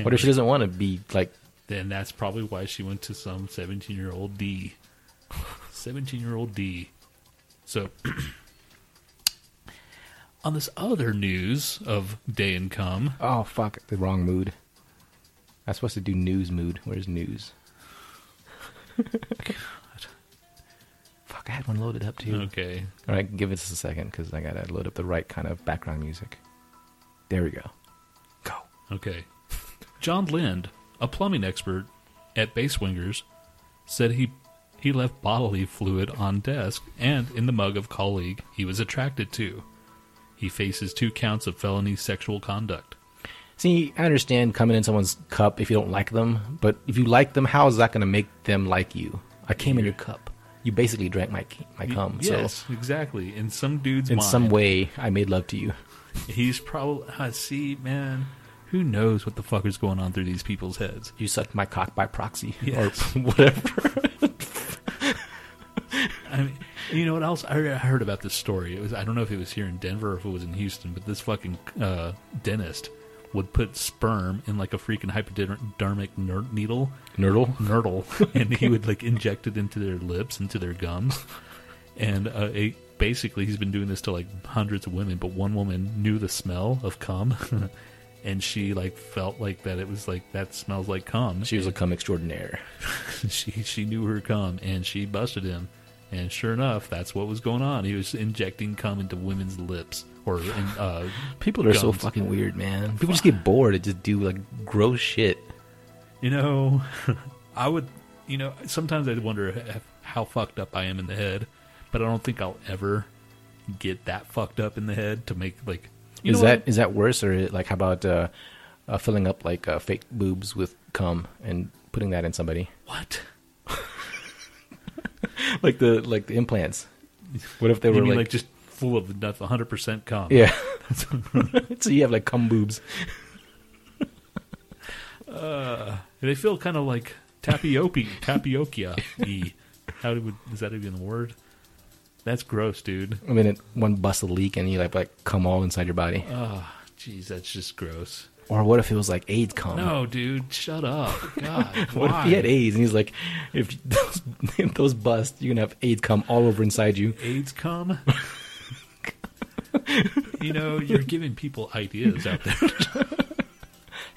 Speaker 3: What if she doesn't want to be like?
Speaker 2: Then that's probably why she went to some 17 year old D. 17 year old D. So, on this other news of day and come,
Speaker 3: Oh fuck, the wrong mood. I'm supposed to do news mood. Where's news? Fuck, I had one loaded up too.
Speaker 2: okay,
Speaker 3: All right, give us a second because I gotta load up the right kind of background music. There we go. Go.
Speaker 2: okay. John Lind, a plumbing expert at Basewingers, said he he left bodily fluid on desk and in the mug of colleague he was attracted to. He faces two counts of felony sexual conduct.
Speaker 3: See, I understand coming in someone's cup if you don't like them, but if you like them, how is that gonna make them like you? I came in your cup. You basically drank my my cum.
Speaker 2: yes,
Speaker 3: So
Speaker 2: exactly. In some dude's
Speaker 3: in
Speaker 2: mind,
Speaker 3: some way, I made love to you.
Speaker 2: He's probably. I see, man. Who knows what the fuck is going on through these people's heads?
Speaker 3: You sucked my cock by proxy
Speaker 2: Yes.
Speaker 3: or whatever.
Speaker 2: I mean, you know what else? I, I heard about this story. It was I don't know if it was here in Denver or if it was in Houston, but this fucking uh, dentist would put sperm in like a freaking hypodermic ner- needle,
Speaker 3: Nerdle.
Speaker 2: nurdle, and he would like inject it into their lips, into their gums, and uh, it, basically he's been doing this to like hundreds of women. But one woman knew the smell of cum. and she like felt like that it was like that smells like cum.
Speaker 3: She was a cum extraordinaire.
Speaker 2: she she knew her cum and she busted him and sure enough that's what was going on he was injecting cum into women's lips or in, uh
Speaker 3: People are so
Speaker 2: Gums.
Speaker 3: fucking weird, man. People just get bored and just do like gross shit.
Speaker 2: you know i would you know sometimes i wonder h- how fucked up i am in the head but i don't think i'll ever get that fucked up in the head to make like you
Speaker 3: is
Speaker 2: know
Speaker 3: that is
Speaker 2: what?
Speaker 3: that worse or is- like how about uh, uh, filling up like uh, fake boobs with cum and putting that in somebody
Speaker 2: what
Speaker 3: like the like the implants? What if they
Speaker 2: you
Speaker 3: were
Speaker 2: mean
Speaker 3: like,
Speaker 2: like, just full of nuts 100% cum
Speaker 3: yeah? so you have like cum boobs.
Speaker 2: they feel kind of like tapioca tapioca y how would is that even a word that's gross dude
Speaker 3: I mean, it, one busts a leak and you like like cum all inside your body.
Speaker 2: Uh, Jeez, Oh, that's just gross.
Speaker 3: or what if it was like AIDS cum?
Speaker 2: No, dude, shut up. God,
Speaker 3: What
Speaker 2: why?
Speaker 3: if he had AIDS and he's like, if those, if those bust, you're gonna have AIDS cum all over inside you.
Speaker 2: AIDS come? you know, you're giving people ideas out there.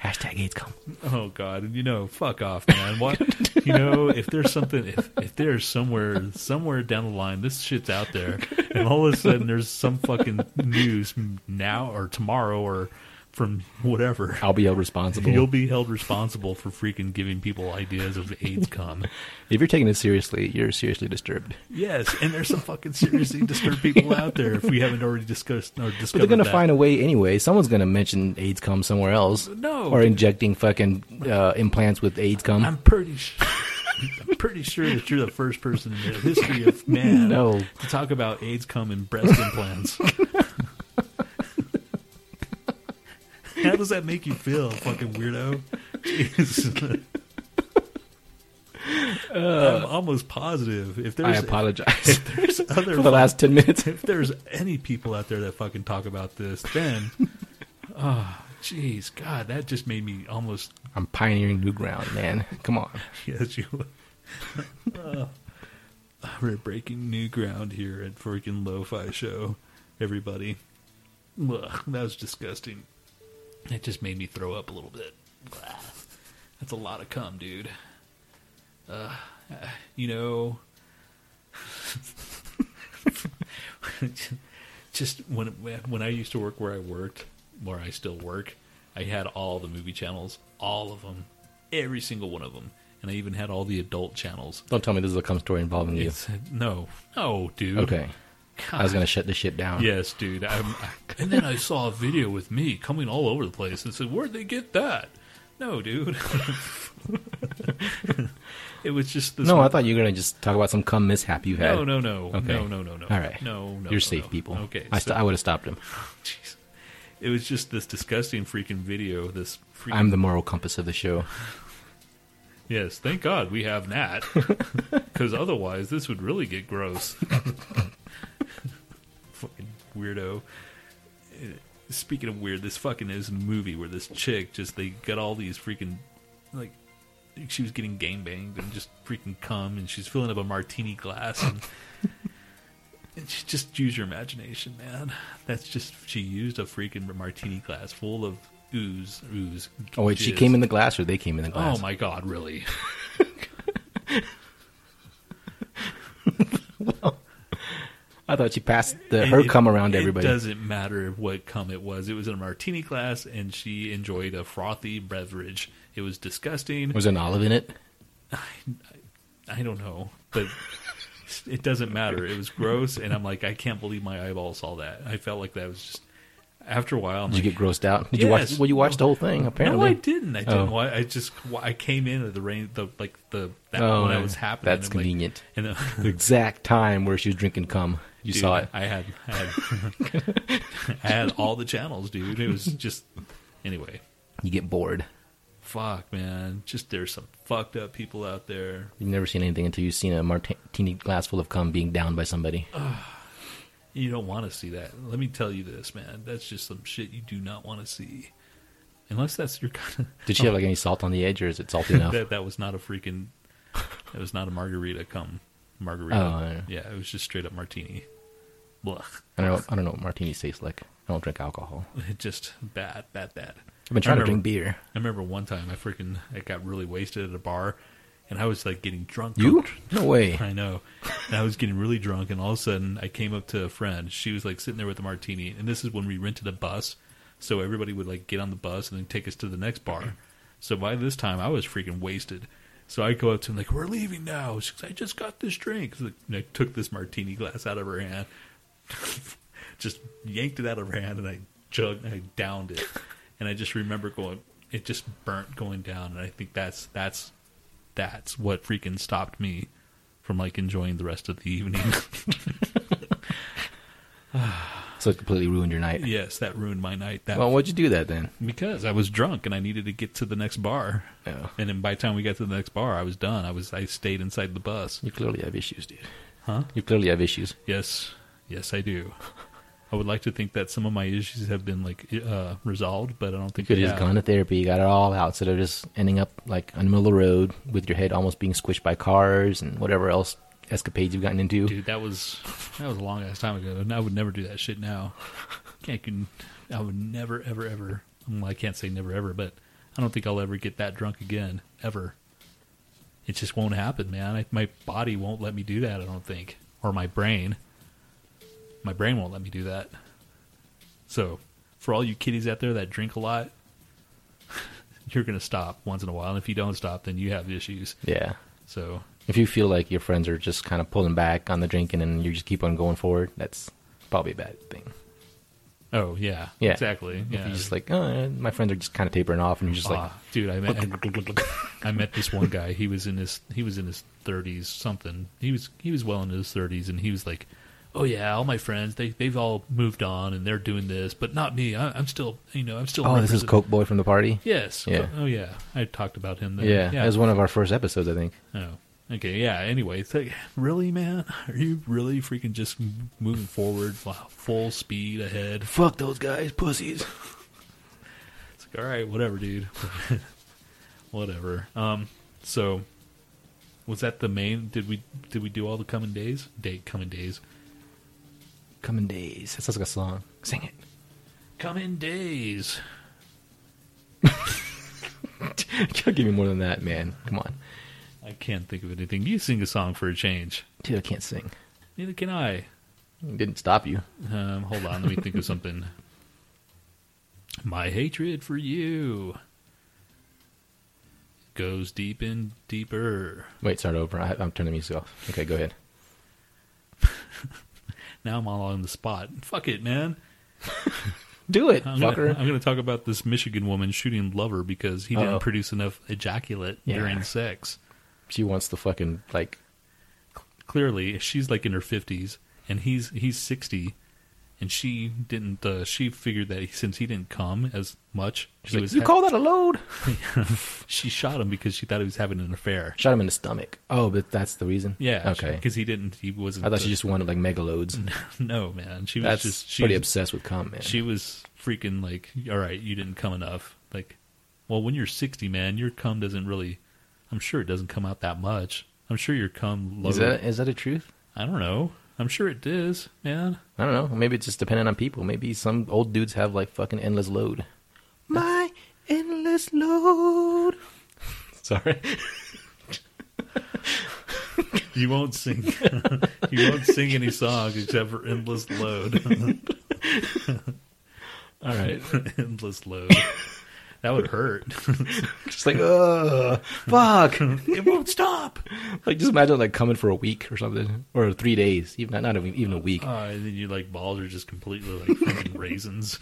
Speaker 3: Hashtag AIDS cum.
Speaker 2: Oh God, and you know, fuck off, man. What? You know, if there's something, if if there's somewhere, somewhere down the line, this shit's out there, and all of a sudden there's some fucking news now or tomorrow or from whatever.
Speaker 3: I'll be held responsible.
Speaker 2: You'll be held responsible for freaking giving people ideas of AIDS come.
Speaker 3: if you're taking it seriously, you're seriously disturbed.
Speaker 2: Yes, and there's some fucking seriously disturbed people out there if we haven't already discussed or
Speaker 3: But
Speaker 2: discovered.
Speaker 3: they're gonna
Speaker 2: that.
Speaker 3: find a way anyway. Someone's gonna mention AIDS cum somewhere else.
Speaker 2: No.
Speaker 3: Or injecting fucking uh, implants with AIDS cum.
Speaker 2: I'm pretty sure. I'm pretty sure that you're the first person in the history of man
Speaker 3: No.
Speaker 2: to talk about AIDS cum and breast implants. How does that make you feel, fucking weirdo? Jeez. I'm almost positive if
Speaker 3: Uh, I
Speaker 2: there's
Speaker 3: apologize
Speaker 2: there's other
Speaker 3: for the last ten minutes.
Speaker 2: if there's any people out there that fucking talk about this, then, oh, jeez, God, that just made me almost.
Speaker 3: I'm pioneering new ground, man. Come on.
Speaker 2: Yes, you. Uh, we're breaking new ground here at freaking Lo-Fi Show, everybody. Ugh, that was disgusting. It just made me throw up a little bit. Blah. That's a lot of cum, dude. Uh, uh, you know, just when when I used to work where I worked, where I still work, I had all the movie channels, all of them, every single one of them, and I even had all the adult channels.
Speaker 3: Don't tell me this is a cum story involving you.
Speaker 2: It's, no, no, dude.
Speaker 3: Okay. I was
Speaker 2: God.
Speaker 3: gonna shut this shit down.
Speaker 2: Yes, dude. I'm, and then I saw a video with me coming all over the place and said, "Where'd they get that?" No, dude. it was just this.
Speaker 3: No, I thought you were gonna just talk about some cum mishap you had.
Speaker 2: no, no, no,
Speaker 3: Okay.
Speaker 2: no, no, no, no.
Speaker 3: All right.
Speaker 2: no, no.
Speaker 3: You're
Speaker 2: no,
Speaker 3: safe,
Speaker 2: no.
Speaker 3: people.
Speaker 2: Okay,
Speaker 3: I,
Speaker 2: so-
Speaker 3: st- I would have stopped him.
Speaker 2: Jeez. It was just this disgusting freaking video. This freaking
Speaker 3: I'm the moral compass of the show.
Speaker 2: yes. Thank God we have Nat, because otherwise this would really get gross. fucking weirdo. Uh, Speaking of weird, this fucking is a movie where this chick just they got all these freaking like she was getting gang banged and just freaking cum and she's filling up a martini glass and. And she just use your imagination, man. That's just she used a freaking martini glass full of ooze, ooze.
Speaker 3: Oh wait, she
Speaker 2: jizz.
Speaker 3: came in the glass, or they came in the
Speaker 2: Oh
Speaker 3: glass?
Speaker 2: my god, really?
Speaker 3: I thought she passed the, her
Speaker 2: It-
Speaker 3: cum around to
Speaker 2: it
Speaker 3: everybody.
Speaker 2: doesn't matter what cum it was. It was in a martini glass, and she enjoyed a frothy beverage. It was disgusting.
Speaker 3: Was there an olive in it?
Speaker 2: I don't know, but it doesn't matter. It was gross, and I'm like, I can't believe my eyeballs saw that. I felt like that was just. After a while, I'm
Speaker 3: Did
Speaker 2: like,
Speaker 3: you get grossed out? Did you
Speaker 2: Yes.
Speaker 3: watch? Well, you watched the whole thing. Apparently,
Speaker 2: No, I didn't. I didn't.
Speaker 3: Oh.
Speaker 2: Why I just why I came in at the rain, the like the that
Speaker 3: Oh,
Speaker 2: when that
Speaker 3: yeah.
Speaker 2: was happening.
Speaker 3: That's
Speaker 2: I'm like-
Speaker 3: convenient.
Speaker 2: and then,
Speaker 3: The exact time where she was drinking cum. You
Speaker 2: dude,
Speaker 3: saw it.
Speaker 2: I had, I had, I had all the channels, dude. It was just anyway.
Speaker 3: You get bored.
Speaker 2: Fuck, man. Just there's some fucked up people out there.
Speaker 3: You've never seen anything until you've seen a martini glass full of cum being downed by somebody.
Speaker 2: Uh, You don't want to see that. Let me tell you this, man. That's just some shit you do not want to see. Unless that's your kind of
Speaker 3: Did she have like any salt on the edge, or is it salty enough?
Speaker 2: that that was not a freaking that was not a margarita come margarita.
Speaker 3: Oh,
Speaker 2: yeah. it was just straight up martini. Blah.
Speaker 3: I don't. know- I don't know what martinis taste like. I don't drink alcohol.
Speaker 2: Just bad, bad, bad.
Speaker 3: I've been trying to
Speaker 2: remember-
Speaker 3: drink beer.
Speaker 2: I remember one time I freaking I got really wasted at a bar, and I was like getting drunk.
Speaker 3: You? No way.
Speaker 2: I know. And I was getting really drunk, and all of a sudden, I came up to a friend. She was like sitting there with a martini, and this is when we rented a bus, so everybody would like get on the bus and then take us to the next bar. So by this time, I was freaking wasted. So I go up to him like, "We're leaving now." She's like, "I just got this drink." So, and I took this martini glass out of her hand, just yanked it out of her hand, and I jugged, I downed it, and I just remember going, it just burnt going down, and I think that's that's that's what freaking stopped me from like enjoying the rest of the evening.
Speaker 3: So it completely ruined your night.
Speaker 2: yes, that ruined my night. That
Speaker 3: Well, what'd you do that then?
Speaker 2: because I was drunk and I needed to get to the next bar.
Speaker 3: Oh,
Speaker 2: And then by the time we got to the next bar, I was done. I was I stayed inside the bus.
Speaker 3: you clearly have issues, dude.
Speaker 2: Huh?
Speaker 3: You clearly have issues.
Speaker 2: Yes, yes, I do. I would like to think that some of my issues have been like i- uh, resolved, but I don't
Speaker 3: You
Speaker 2: think
Speaker 3: could
Speaker 2: they
Speaker 3: have just
Speaker 2: have.
Speaker 3: gone to therapy, you got it all out instead of just ending up like on the middle of the road with your head almost being squished by cars and whatever else escapades you've gotten into.
Speaker 2: Dude, that was that was a long ass time ago, and I would never do that shit now. Can't can I would never ever ever. Well, I can't say never ever, but I don't think I'll ever get that drunk again ever. It just won't happen, man. I, my body won't let me do that. I don't think, or my brain. My brain won't let me do that. So, for all you kiddies out there that drink a lot, you're gonna stop once in a while. And if you don't stop, then you have issues.
Speaker 3: Yeah.
Speaker 2: So,
Speaker 3: If you feel like your friends are just kind of pulling back on the drinking and you just keep on going forward, that's probably a bad thing.
Speaker 2: oh yeah,
Speaker 3: Yeah.
Speaker 2: exactly.
Speaker 3: If
Speaker 2: Yeah,
Speaker 3: you're just like, oh, my friends are just kind of tapering off and you're just like,
Speaker 2: Ah, dude, I met I met this one guy. He was in his he was in his thirties something. He was he was well into his thirties, and he was like, "Oh yeah, all my friends they they've all moved on and they're doing this, but not me. I, I'm still you know I'm still
Speaker 3: oh, this is
Speaker 2: represent-
Speaker 3: Coke Boy from the party?
Speaker 2: Yes.
Speaker 3: Yeah.
Speaker 2: Co- Oh yeah, I talked about him. Then.
Speaker 3: Yeah, that was one of our first episodes, I think.
Speaker 2: Oh, okay. Yeah. Anyway, it's like, really, man, are you really freaking just m- moving forward wow, full speed ahead?
Speaker 3: Fuck those guys, pussies.
Speaker 2: It's like, all right, whatever, dude. whatever. Um, so was that the main? Did we did we do all the coming days? Date coming days.
Speaker 3: Coming days. That sounds like a song. Sing it.
Speaker 2: Coming days.
Speaker 3: you gotta give me more than that, man. Come on.
Speaker 2: I can't think of anything. You sing a song for a change.
Speaker 3: Dude, I can't sing.
Speaker 2: Neither can I.
Speaker 3: It didn't stop you.
Speaker 2: Um, hold on, let me think of something. My hatred for you goes deep and deeper.
Speaker 3: Wait, start over. I, I'm turning the music off. Okay, go ahead.
Speaker 2: Now I'm all on the spot. Fuck it, man.
Speaker 3: Do it,
Speaker 2: I'm
Speaker 3: fucker.
Speaker 2: Gonna, I'm going to talk about this Michigan woman shooting lover because he
Speaker 3: Uh-oh.
Speaker 2: didn't produce enough ejaculate
Speaker 3: Yeah.
Speaker 2: during sex.
Speaker 3: she wants the fucking like.
Speaker 2: Clearly, she's like in her fifties and he's he's sixty, and she didn't. Uh, she figured that since he didn't come as much,
Speaker 3: She's
Speaker 2: he
Speaker 3: like,
Speaker 2: was
Speaker 3: you
Speaker 2: ha-
Speaker 3: call that a load?
Speaker 2: she shot him because she thought he was having an affair.
Speaker 3: Shot him in the stomach. Oh, but that's the reason.
Speaker 2: Yeah.
Speaker 3: Okay.
Speaker 2: Because he didn't. He wasn't.
Speaker 3: I thought
Speaker 2: the-
Speaker 3: she just wanted like mega loads.
Speaker 2: No, man. She was
Speaker 3: That's
Speaker 2: just. She
Speaker 3: pretty
Speaker 2: was,
Speaker 3: obsessed with cum, man.
Speaker 2: she was freaking like, all right, you didn't come enough. Like, well, when you're 60, man, your cum doesn't really. I'm sure it doesn't come out that much. I'm sure your cum low.
Speaker 3: is that is that a truth?
Speaker 2: I don't know. I'm sure it does, man.
Speaker 3: I don't know. Maybe it's just dependent on people. Maybe some old dudes have like fucking endless load. My endless load. Sorry.
Speaker 2: You won't sing. you won't sing any songs except for "Endless Load." all right, "Endless Load." That would hurt.
Speaker 3: just like, ugh, fuck.
Speaker 2: it won't stop.
Speaker 3: like just imagine like coming for a week or something, or three days, even not, not even, even a week.
Speaker 2: Uh, and then you like balls are just completely like fucking raisins,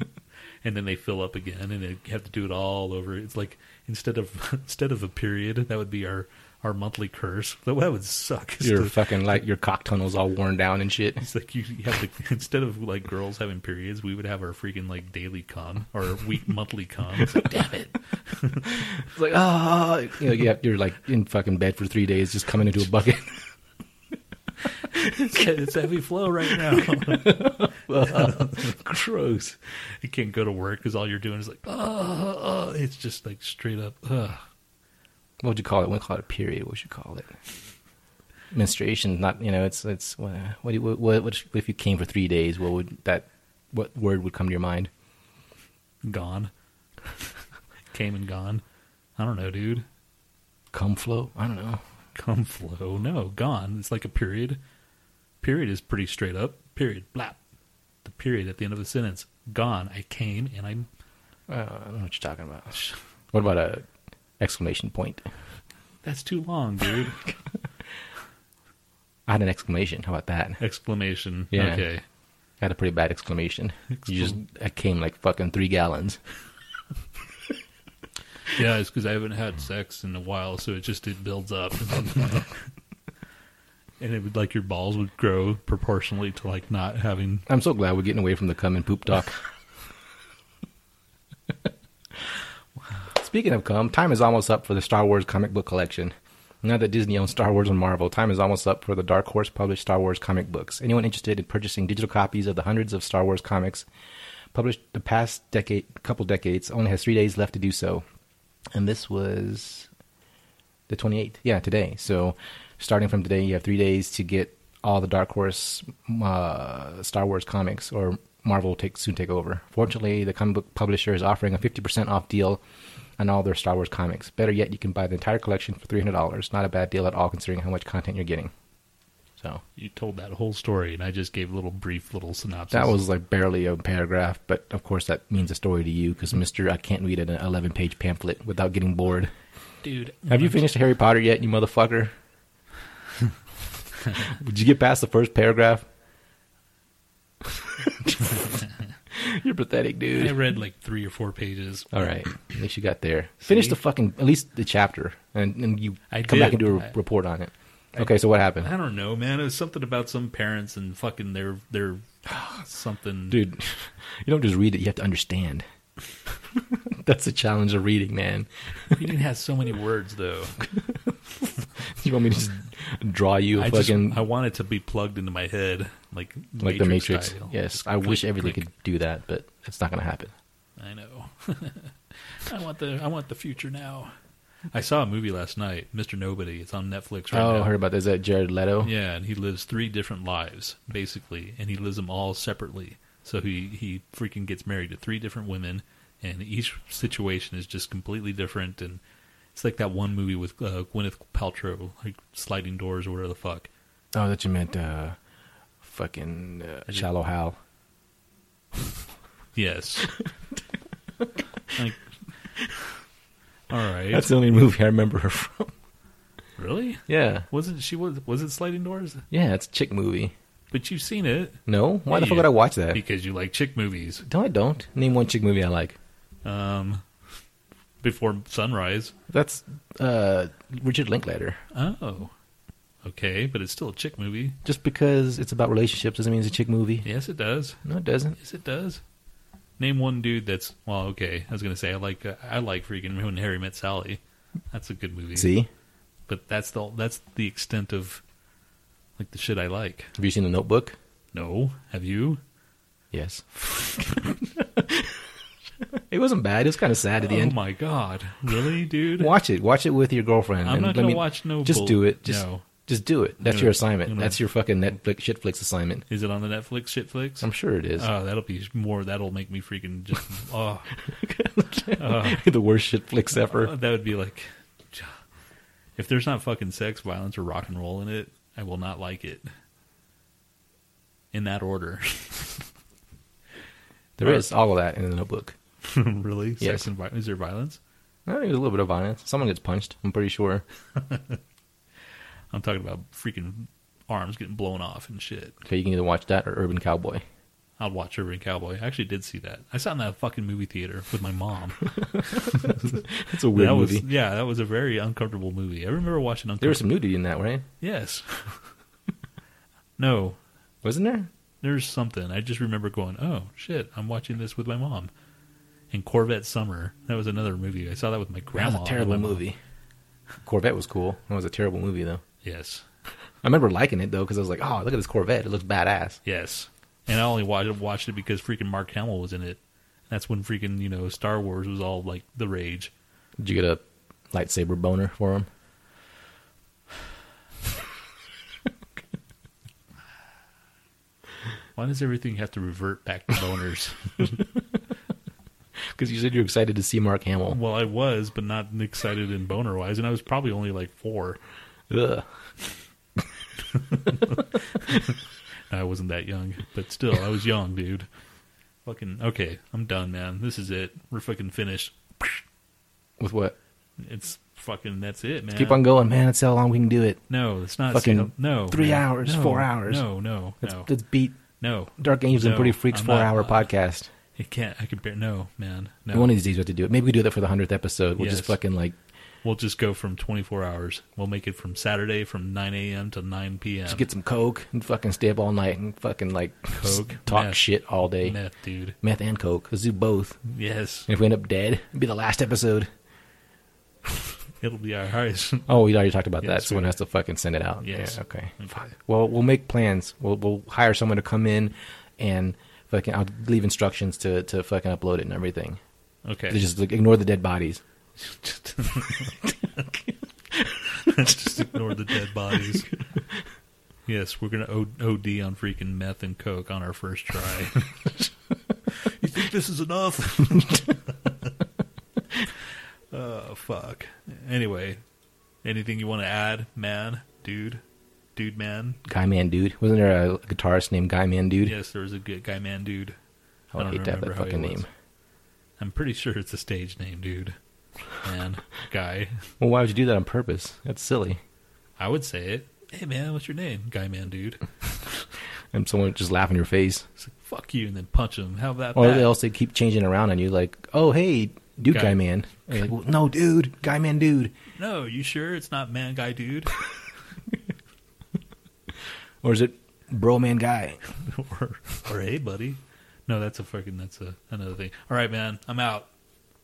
Speaker 2: and then they fill up again, and you have to do it all over. It's like instead of instead of a period, that would be our our monthly curse. That, that would suck. is
Speaker 3: your
Speaker 2: to-
Speaker 3: fucking like your cock tunnels all worn down and shit.
Speaker 2: it's like you you have to instead of like girls having periods, we would have our freaking like daily cum or week monthly cum. It's like, damn it,
Speaker 3: It's like ah, you know, you have, you're like in fucking bed for three days, just coming into a bucket.
Speaker 2: it's, it's heavy flow right now.
Speaker 3: Gross.
Speaker 2: you can't go to work because all you're doing is like, oh, oh, it's just like straight up. Ugh.
Speaker 3: What would you call it? We call it a period. What would you call it? Menstruation. Not you know. It's it's what what, do you- what, what, what if you came for three days? What would that what word would come to your mind?
Speaker 2: gone. Came and gone. I don't know, dude.
Speaker 3: Come flow. I don't know.
Speaker 2: Come flow. No, gone. It's like a period. Period is pretty straight up. Period. Blap. The period at the end of a sentence. Gone. I came and I'm.
Speaker 3: Uh, I don't know what you're talking about. What about a exclamation point?
Speaker 2: That's too long, dude.
Speaker 3: I had an exclamation. How about that?
Speaker 2: Exclamation.
Speaker 3: Yeah.
Speaker 2: Okay.
Speaker 3: I had a pretty bad exclamation. You just I came like fucking three gallons.
Speaker 2: Yeah, it's because I haven't had sex in a while, so it just it builds up, and, then- and it would like your balls would grow proportionally to like not having.
Speaker 3: I'm so glad we're getting away from the cum and poop talk. Speaking of cum, time is almost up for the Star Wars comic book collection. Now that Disney owns Star Wars and Marvel, time is almost up for the Dark Horse published Star Wars comic books. Anyone interested in purchasing digital copies of the hundreds of Star Wars comics published the past decade, couple decades, only has three days left to do so. And this was the 28th. Yeah, today. So starting from today, you have three days to get all the Dark Horse uh, Star Wars comics, or Marvel will take, soon take over. Fortunately, the comic book publisher is offering a 50% off deal on all their Star Wars comics. Better yet, you can buy the entire collection for $300. Not a bad deal at all, considering how much content you're getting. So
Speaker 2: You told that whole story, and I just gave a little brief little synopsis.
Speaker 3: that was like barely a paragraph, but of course that means a story to you because Mister, I can't read an 11-page pamphlet without getting bored.
Speaker 2: dude.
Speaker 3: Have you finished Harry Potter yet, you motherfucker? Did you get past the first paragraph? You're pathetic,
Speaker 2: I
Speaker 3: dude.
Speaker 2: read like three or four pages.
Speaker 3: All right, at least you got there. Finish the fucking at least the chapter, and, and you
Speaker 2: I
Speaker 3: come back and
Speaker 2: did.
Speaker 3: do a
Speaker 2: I-
Speaker 3: report on it. Okay, so what happened,
Speaker 2: I don't know, man. It was something about some parents and fucking their their something.
Speaker 3: dude? You don't just read it; you have to understand. That's the challenge of reading, man.
Speaker 2: reading has so many words though.
Speaker 3: You want me to just draw you a
Speaker 2: I just
Speaker 3: fucking
Speaker 2: I want it to be plugged into my head, like
Speaker 3: like the Matrix?
Speaker 2: style.
Speaker 3: Yes,
Speaker 2: Just
Speaker 3: I wish
Speaker 2: click,
Speaker 3: everything
Speaker 2: click.
Speaker 3: could do that, but it's not going to happen.
Speaker 2: I know. I want the I want the future now. I saw a movie last night, Mr. Nobody. It's on Netflix right
Speaker 3: oh,
Speaker 2: now.
Speaker 3: I heard about that. Is that Jared Leto?
Speaker 2: Yeah, and he lives three different lives basically, and he lives them all separately. So he he freaking gets married to three different women, and each situation is just completely different. And it's like that one movie with uh, Gwyneth Paltrow, like Sliding Doors or whatever the fuck.
Speaker 3: Oh, that you meant uh, fucking uh,
Speaker 2: did-
Speaker 3: Shallow Hal.
Speaker 2: Yes. like, all right.
Speaker 3: That's the only movie I remember her from.
Speaker 2: really?
Speaker 3: Yeah,
Speaker 2: Wasn't she was was it Sliding Doors?
Speaker 3: yeah, it's a chick movie.
Speaker 2: But you've seen it
Speaker 3: No, why the
Speaker 2: Yeah,
Speaker 3: fuck would I watch that?
Speaker 2: because you like chick movies.
Speaker 3: No, I don't. Name one chick movie I like.
Speaker 2: Um, Before Sunrise.
Speaker 3: That's uh, Richard Linklater.
Speaker 2: Oh, okay, but it's still a chick movie.
Speaker 3: Just because it's about relationships doesn't mean it's a chick movie.
Speaker 2: Yes, it does.
Speaker 3: No, it doesn't.
Speaker 2: Yes, it does. Name one dude that's well. Okay, I was gonna say I like uh, I like freaking when Harry met Sally. That's a good movie.
Speaker 3: See,
Speaker 2: but that's the that's the extent of like the shit I like.
Speaker 3: have you seen The Notebook?
Speaker 2: No, have you?
Speaker 3: Yes. it wasn't bad. It was kind of sad at the
Speaker 2: oh
Speaker 3: end.
Speaker 2: my god, really, dude?
Speaker 3: Watch it. Watch it with your girlfriend.
Speaker 2: I'm
Speaker 3: and
Speaker 2: not
Speaker 3: let
Speaker 2: gonna
Speaker 3: me-
Speaker 2: watch no.
Speaker 3: Just
Speaker 2: bull-
Speaker 3: do it. Just
Speaker 2: no.
Speaker 3: Just do it. That's
Speaker 2: No.
Speaker 3: your assignment.
Speaker 2: No.
Speaker 3: That's your fucking Netflix shit flicks assignment.
Speaker 2: Is it on the Netflix shit flicks?
Speaker 3: I'm sure it is.
Speaker 2: Oh, that'll be more. That'll make me freaking just. Oh, uh,
Speaker 3: the worst shit flicks ever.
Speaker 2: that would be like. If there's not fucking sex, violence, or rock and roll in it, I will not like it. In that order, uh.
Speaker 3: there is all of that in the notebook.
Speaker 2: really?
Speaker 3: Yes.
Speaker 2: Sex and violence. Is there violence?
Speaker 3: I think there's a little bit of violence. Someone gets punched, I'm pretty sure.
Speaker 2: I'm talking about freaking arms getting blown off and shit.
Speaker 3: Okay, you can either watch that or Urban Cowboy.
Speaker 2: I'll watch Urban Cowboy. I actually did see that. I saw it in that fucking movie theater with my mom.
Speaker 3: It's a weird
Speaker 2: that
Speaker 3: movie.
Speaker 2: was yeah, that was a very uncomfortable movie. I remember watching uncomfortable.
Speaker 3: There was some nudity in that, right?
Speaker 2: Yes. no,
Speaker 3: Wasn't there?
Speaker 2: there's something. I just remember going, oh, shit, I'm watching this with my mom. And Corvette Summer. That was another movie. I saw that with my
Speaker 3: That
Speaker 2: grandma.
Speaker 3: was a terrible
Speaker 2: and my mom.
Speaker 3: movie. Corvette was cool. That was a terrible movie, though.
Speaker 2: Yes.
Speaker 3: I remember liking it, though, because I was like, oh, look at this Corvette. It looks badass.
Speaker 2: Yes. And I only watched, watched it because freaking Mark Hamill was in it. That's when freaking, you know, Star Wars was all like the rage.
Speaker 3: Did you get a lightsaber boner for him?
Speaker 2: Why does everything have to revert back to boners?
Speaker 3: Because you said you're excited to see Mark Hamill.
Speaker 2: Well, I was, but not excited in boner wise, and I was probably only like four.
Speaker 3: Ugh.
Speaker 2: I wasn't that young, but still, I was young, dude. Fucking okay, I'm done, man. This is it. We're fucking finished.
Speaker 3: With what?
Speaker 2: It's fucking that's it, man.
Speaker 3: Keep on going, man. That's how long we can do it.
Speaker 2: No, it's not.
Speaker 3: Fucking
Speaker 2: stand- no,
Speaker 3: three
Speaker 2: man.
Speaker 3: hours,
Speaker 2: No,
Speaker 3: four hours.
Speaker 2: No, no,
Speaker 3: Let's,
Speaker 2: no,
Speaker 3: let's beat
Speaker 2: no.
Speaker 3: Dark Angels and
Speaker 2: No,
Speaker 3: Pretty Freaks
Speaker 2: I'm
Speaker 3: four
Speaker 2: not-
Speaker 3: hour podcast.
Speaker 2: It can't. I can bear. No, man. No.
Speaker 3: One of these days we have to do it. Maybe we do that for the hundredth episode. We'll just
Speaker 2: Yes.
Speaker 3: fucking like
Speaker 2: We'll just go from 24 hours. We'll make it from Saturday from 9 a.m. to 9 p.m.
Speaker 3: just get some coke and fucking stay up all night and fucking like
Speaker 2: Coke,
Speaker 3: talk
Speaker 2: meth,
Speaker 3: shit all day. Meth.
Speaker 2: meth, dude.
Speaker 3: and coke. Let's do both.
Speaker 2: Yes,
Speaker 3: And if we end up dead, it'd be the last episode.
Speaker 2: it'll be our highest.
Speaker 3: Oh, we already talked about
Speaker 2: Yeah,
Speaker 3: that. Someone
Speaker 2: sweet.
Speaker 3: has to fucking send it out.
Speaker 2: Yes.
Speaker 3: Yeah, okay.
Speaker 2: Okay.
Speaker 3: Fuck. Well, we'll make plans. We'll we'll hire someone to come in and fucking. I'll leave instructions to to fucking upload it and everything.
Speaker 2: Okay.
Speaker 3: They just like, ignore the dead bodies.
Speaker 2: just, just ignore the dead bodies. Yes, we're gonna O- OD on freaking meth and coke on our first try. you think this is enough? oh fuck. Anyway, anything you want to add, man, dude, dude, man?
Speaker 3: Guy Man Dude. Wasn't there a guitarist named Guy Man Dude?
Speaker 2: Yes, there was a good guy, man, dude.
Speaker 3: I would
Speaker 2: don't
Speaker 3: hate to have that
Speaker 2: remember how he
Speaker 3: fucking
Speaker 2: was.
Speaker 3: name.
Speaker 2: I'm pretty sure it's a stage name, dude. Man, guy.
Speaker 3: Well, why would you do that on purpose? That's silly.
Speaker 2: I would say it. Hey man, what's your name? Guy man dude.
Speaker 3: And someone would just laugh in your face.
Speaker 2: It's like fuck you and then punch him. How about
Speaker 3: Or
Speaker 2: that?
Speaker 3: else they keep changing around on you, like, oh, hey, Dude
Speaker 2: Guy-
Speaker 3: Guy, Man. And you're like, well, no, dude, Guy Man Dude.
Speaker 2: No, you sure it's not man guy dude?
Speaker 3: Or is it Bro Man Guy?
Speaker 2: or or hey buddy. No, that's a fucking that's a another thing. All right, man, I'm out.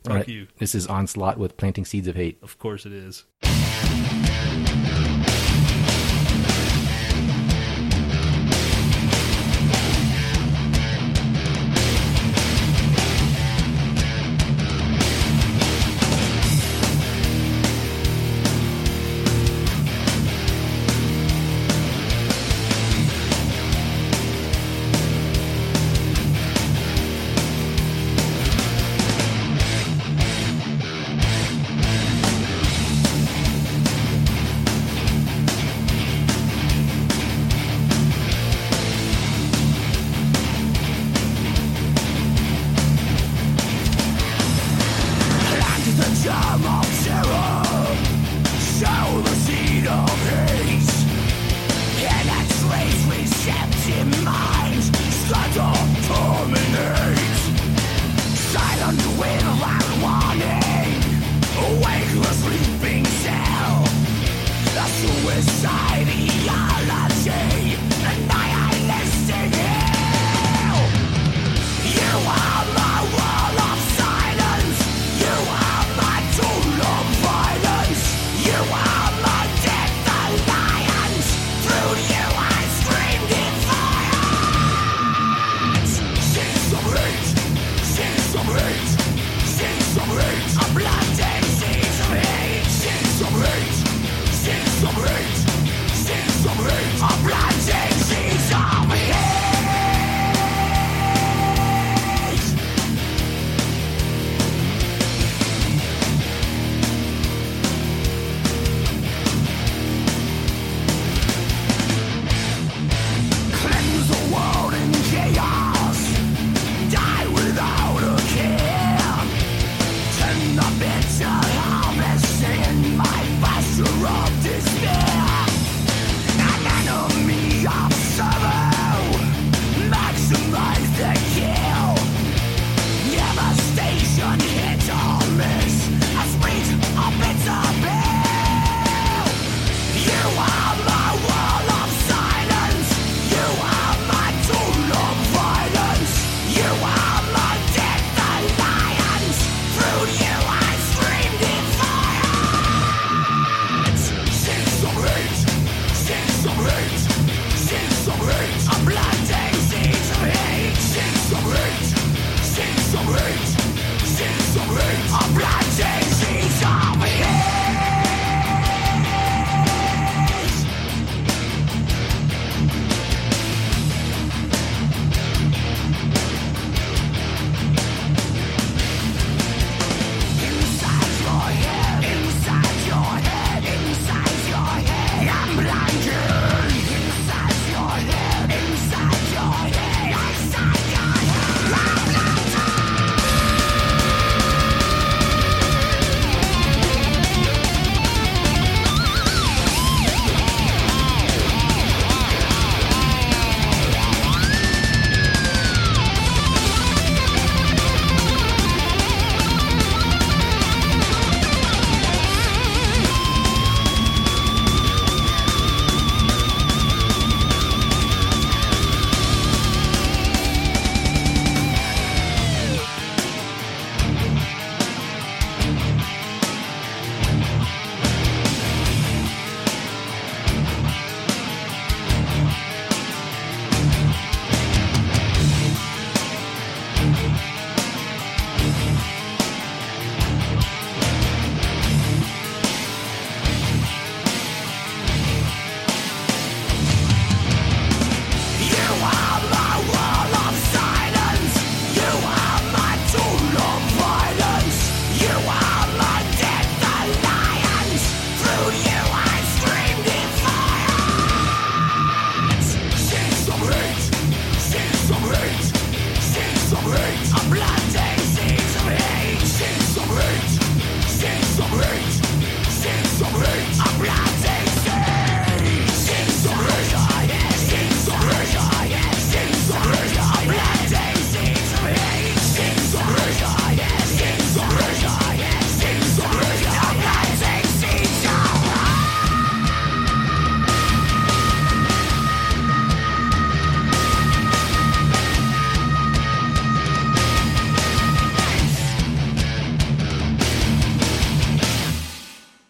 Speaker 2: Fuck
Speaker 3: All right.
Speaker 2: you.
Speaker 3: This is Onslaught with Planting Seeds of Hate.
Speaker 2: Of course it is.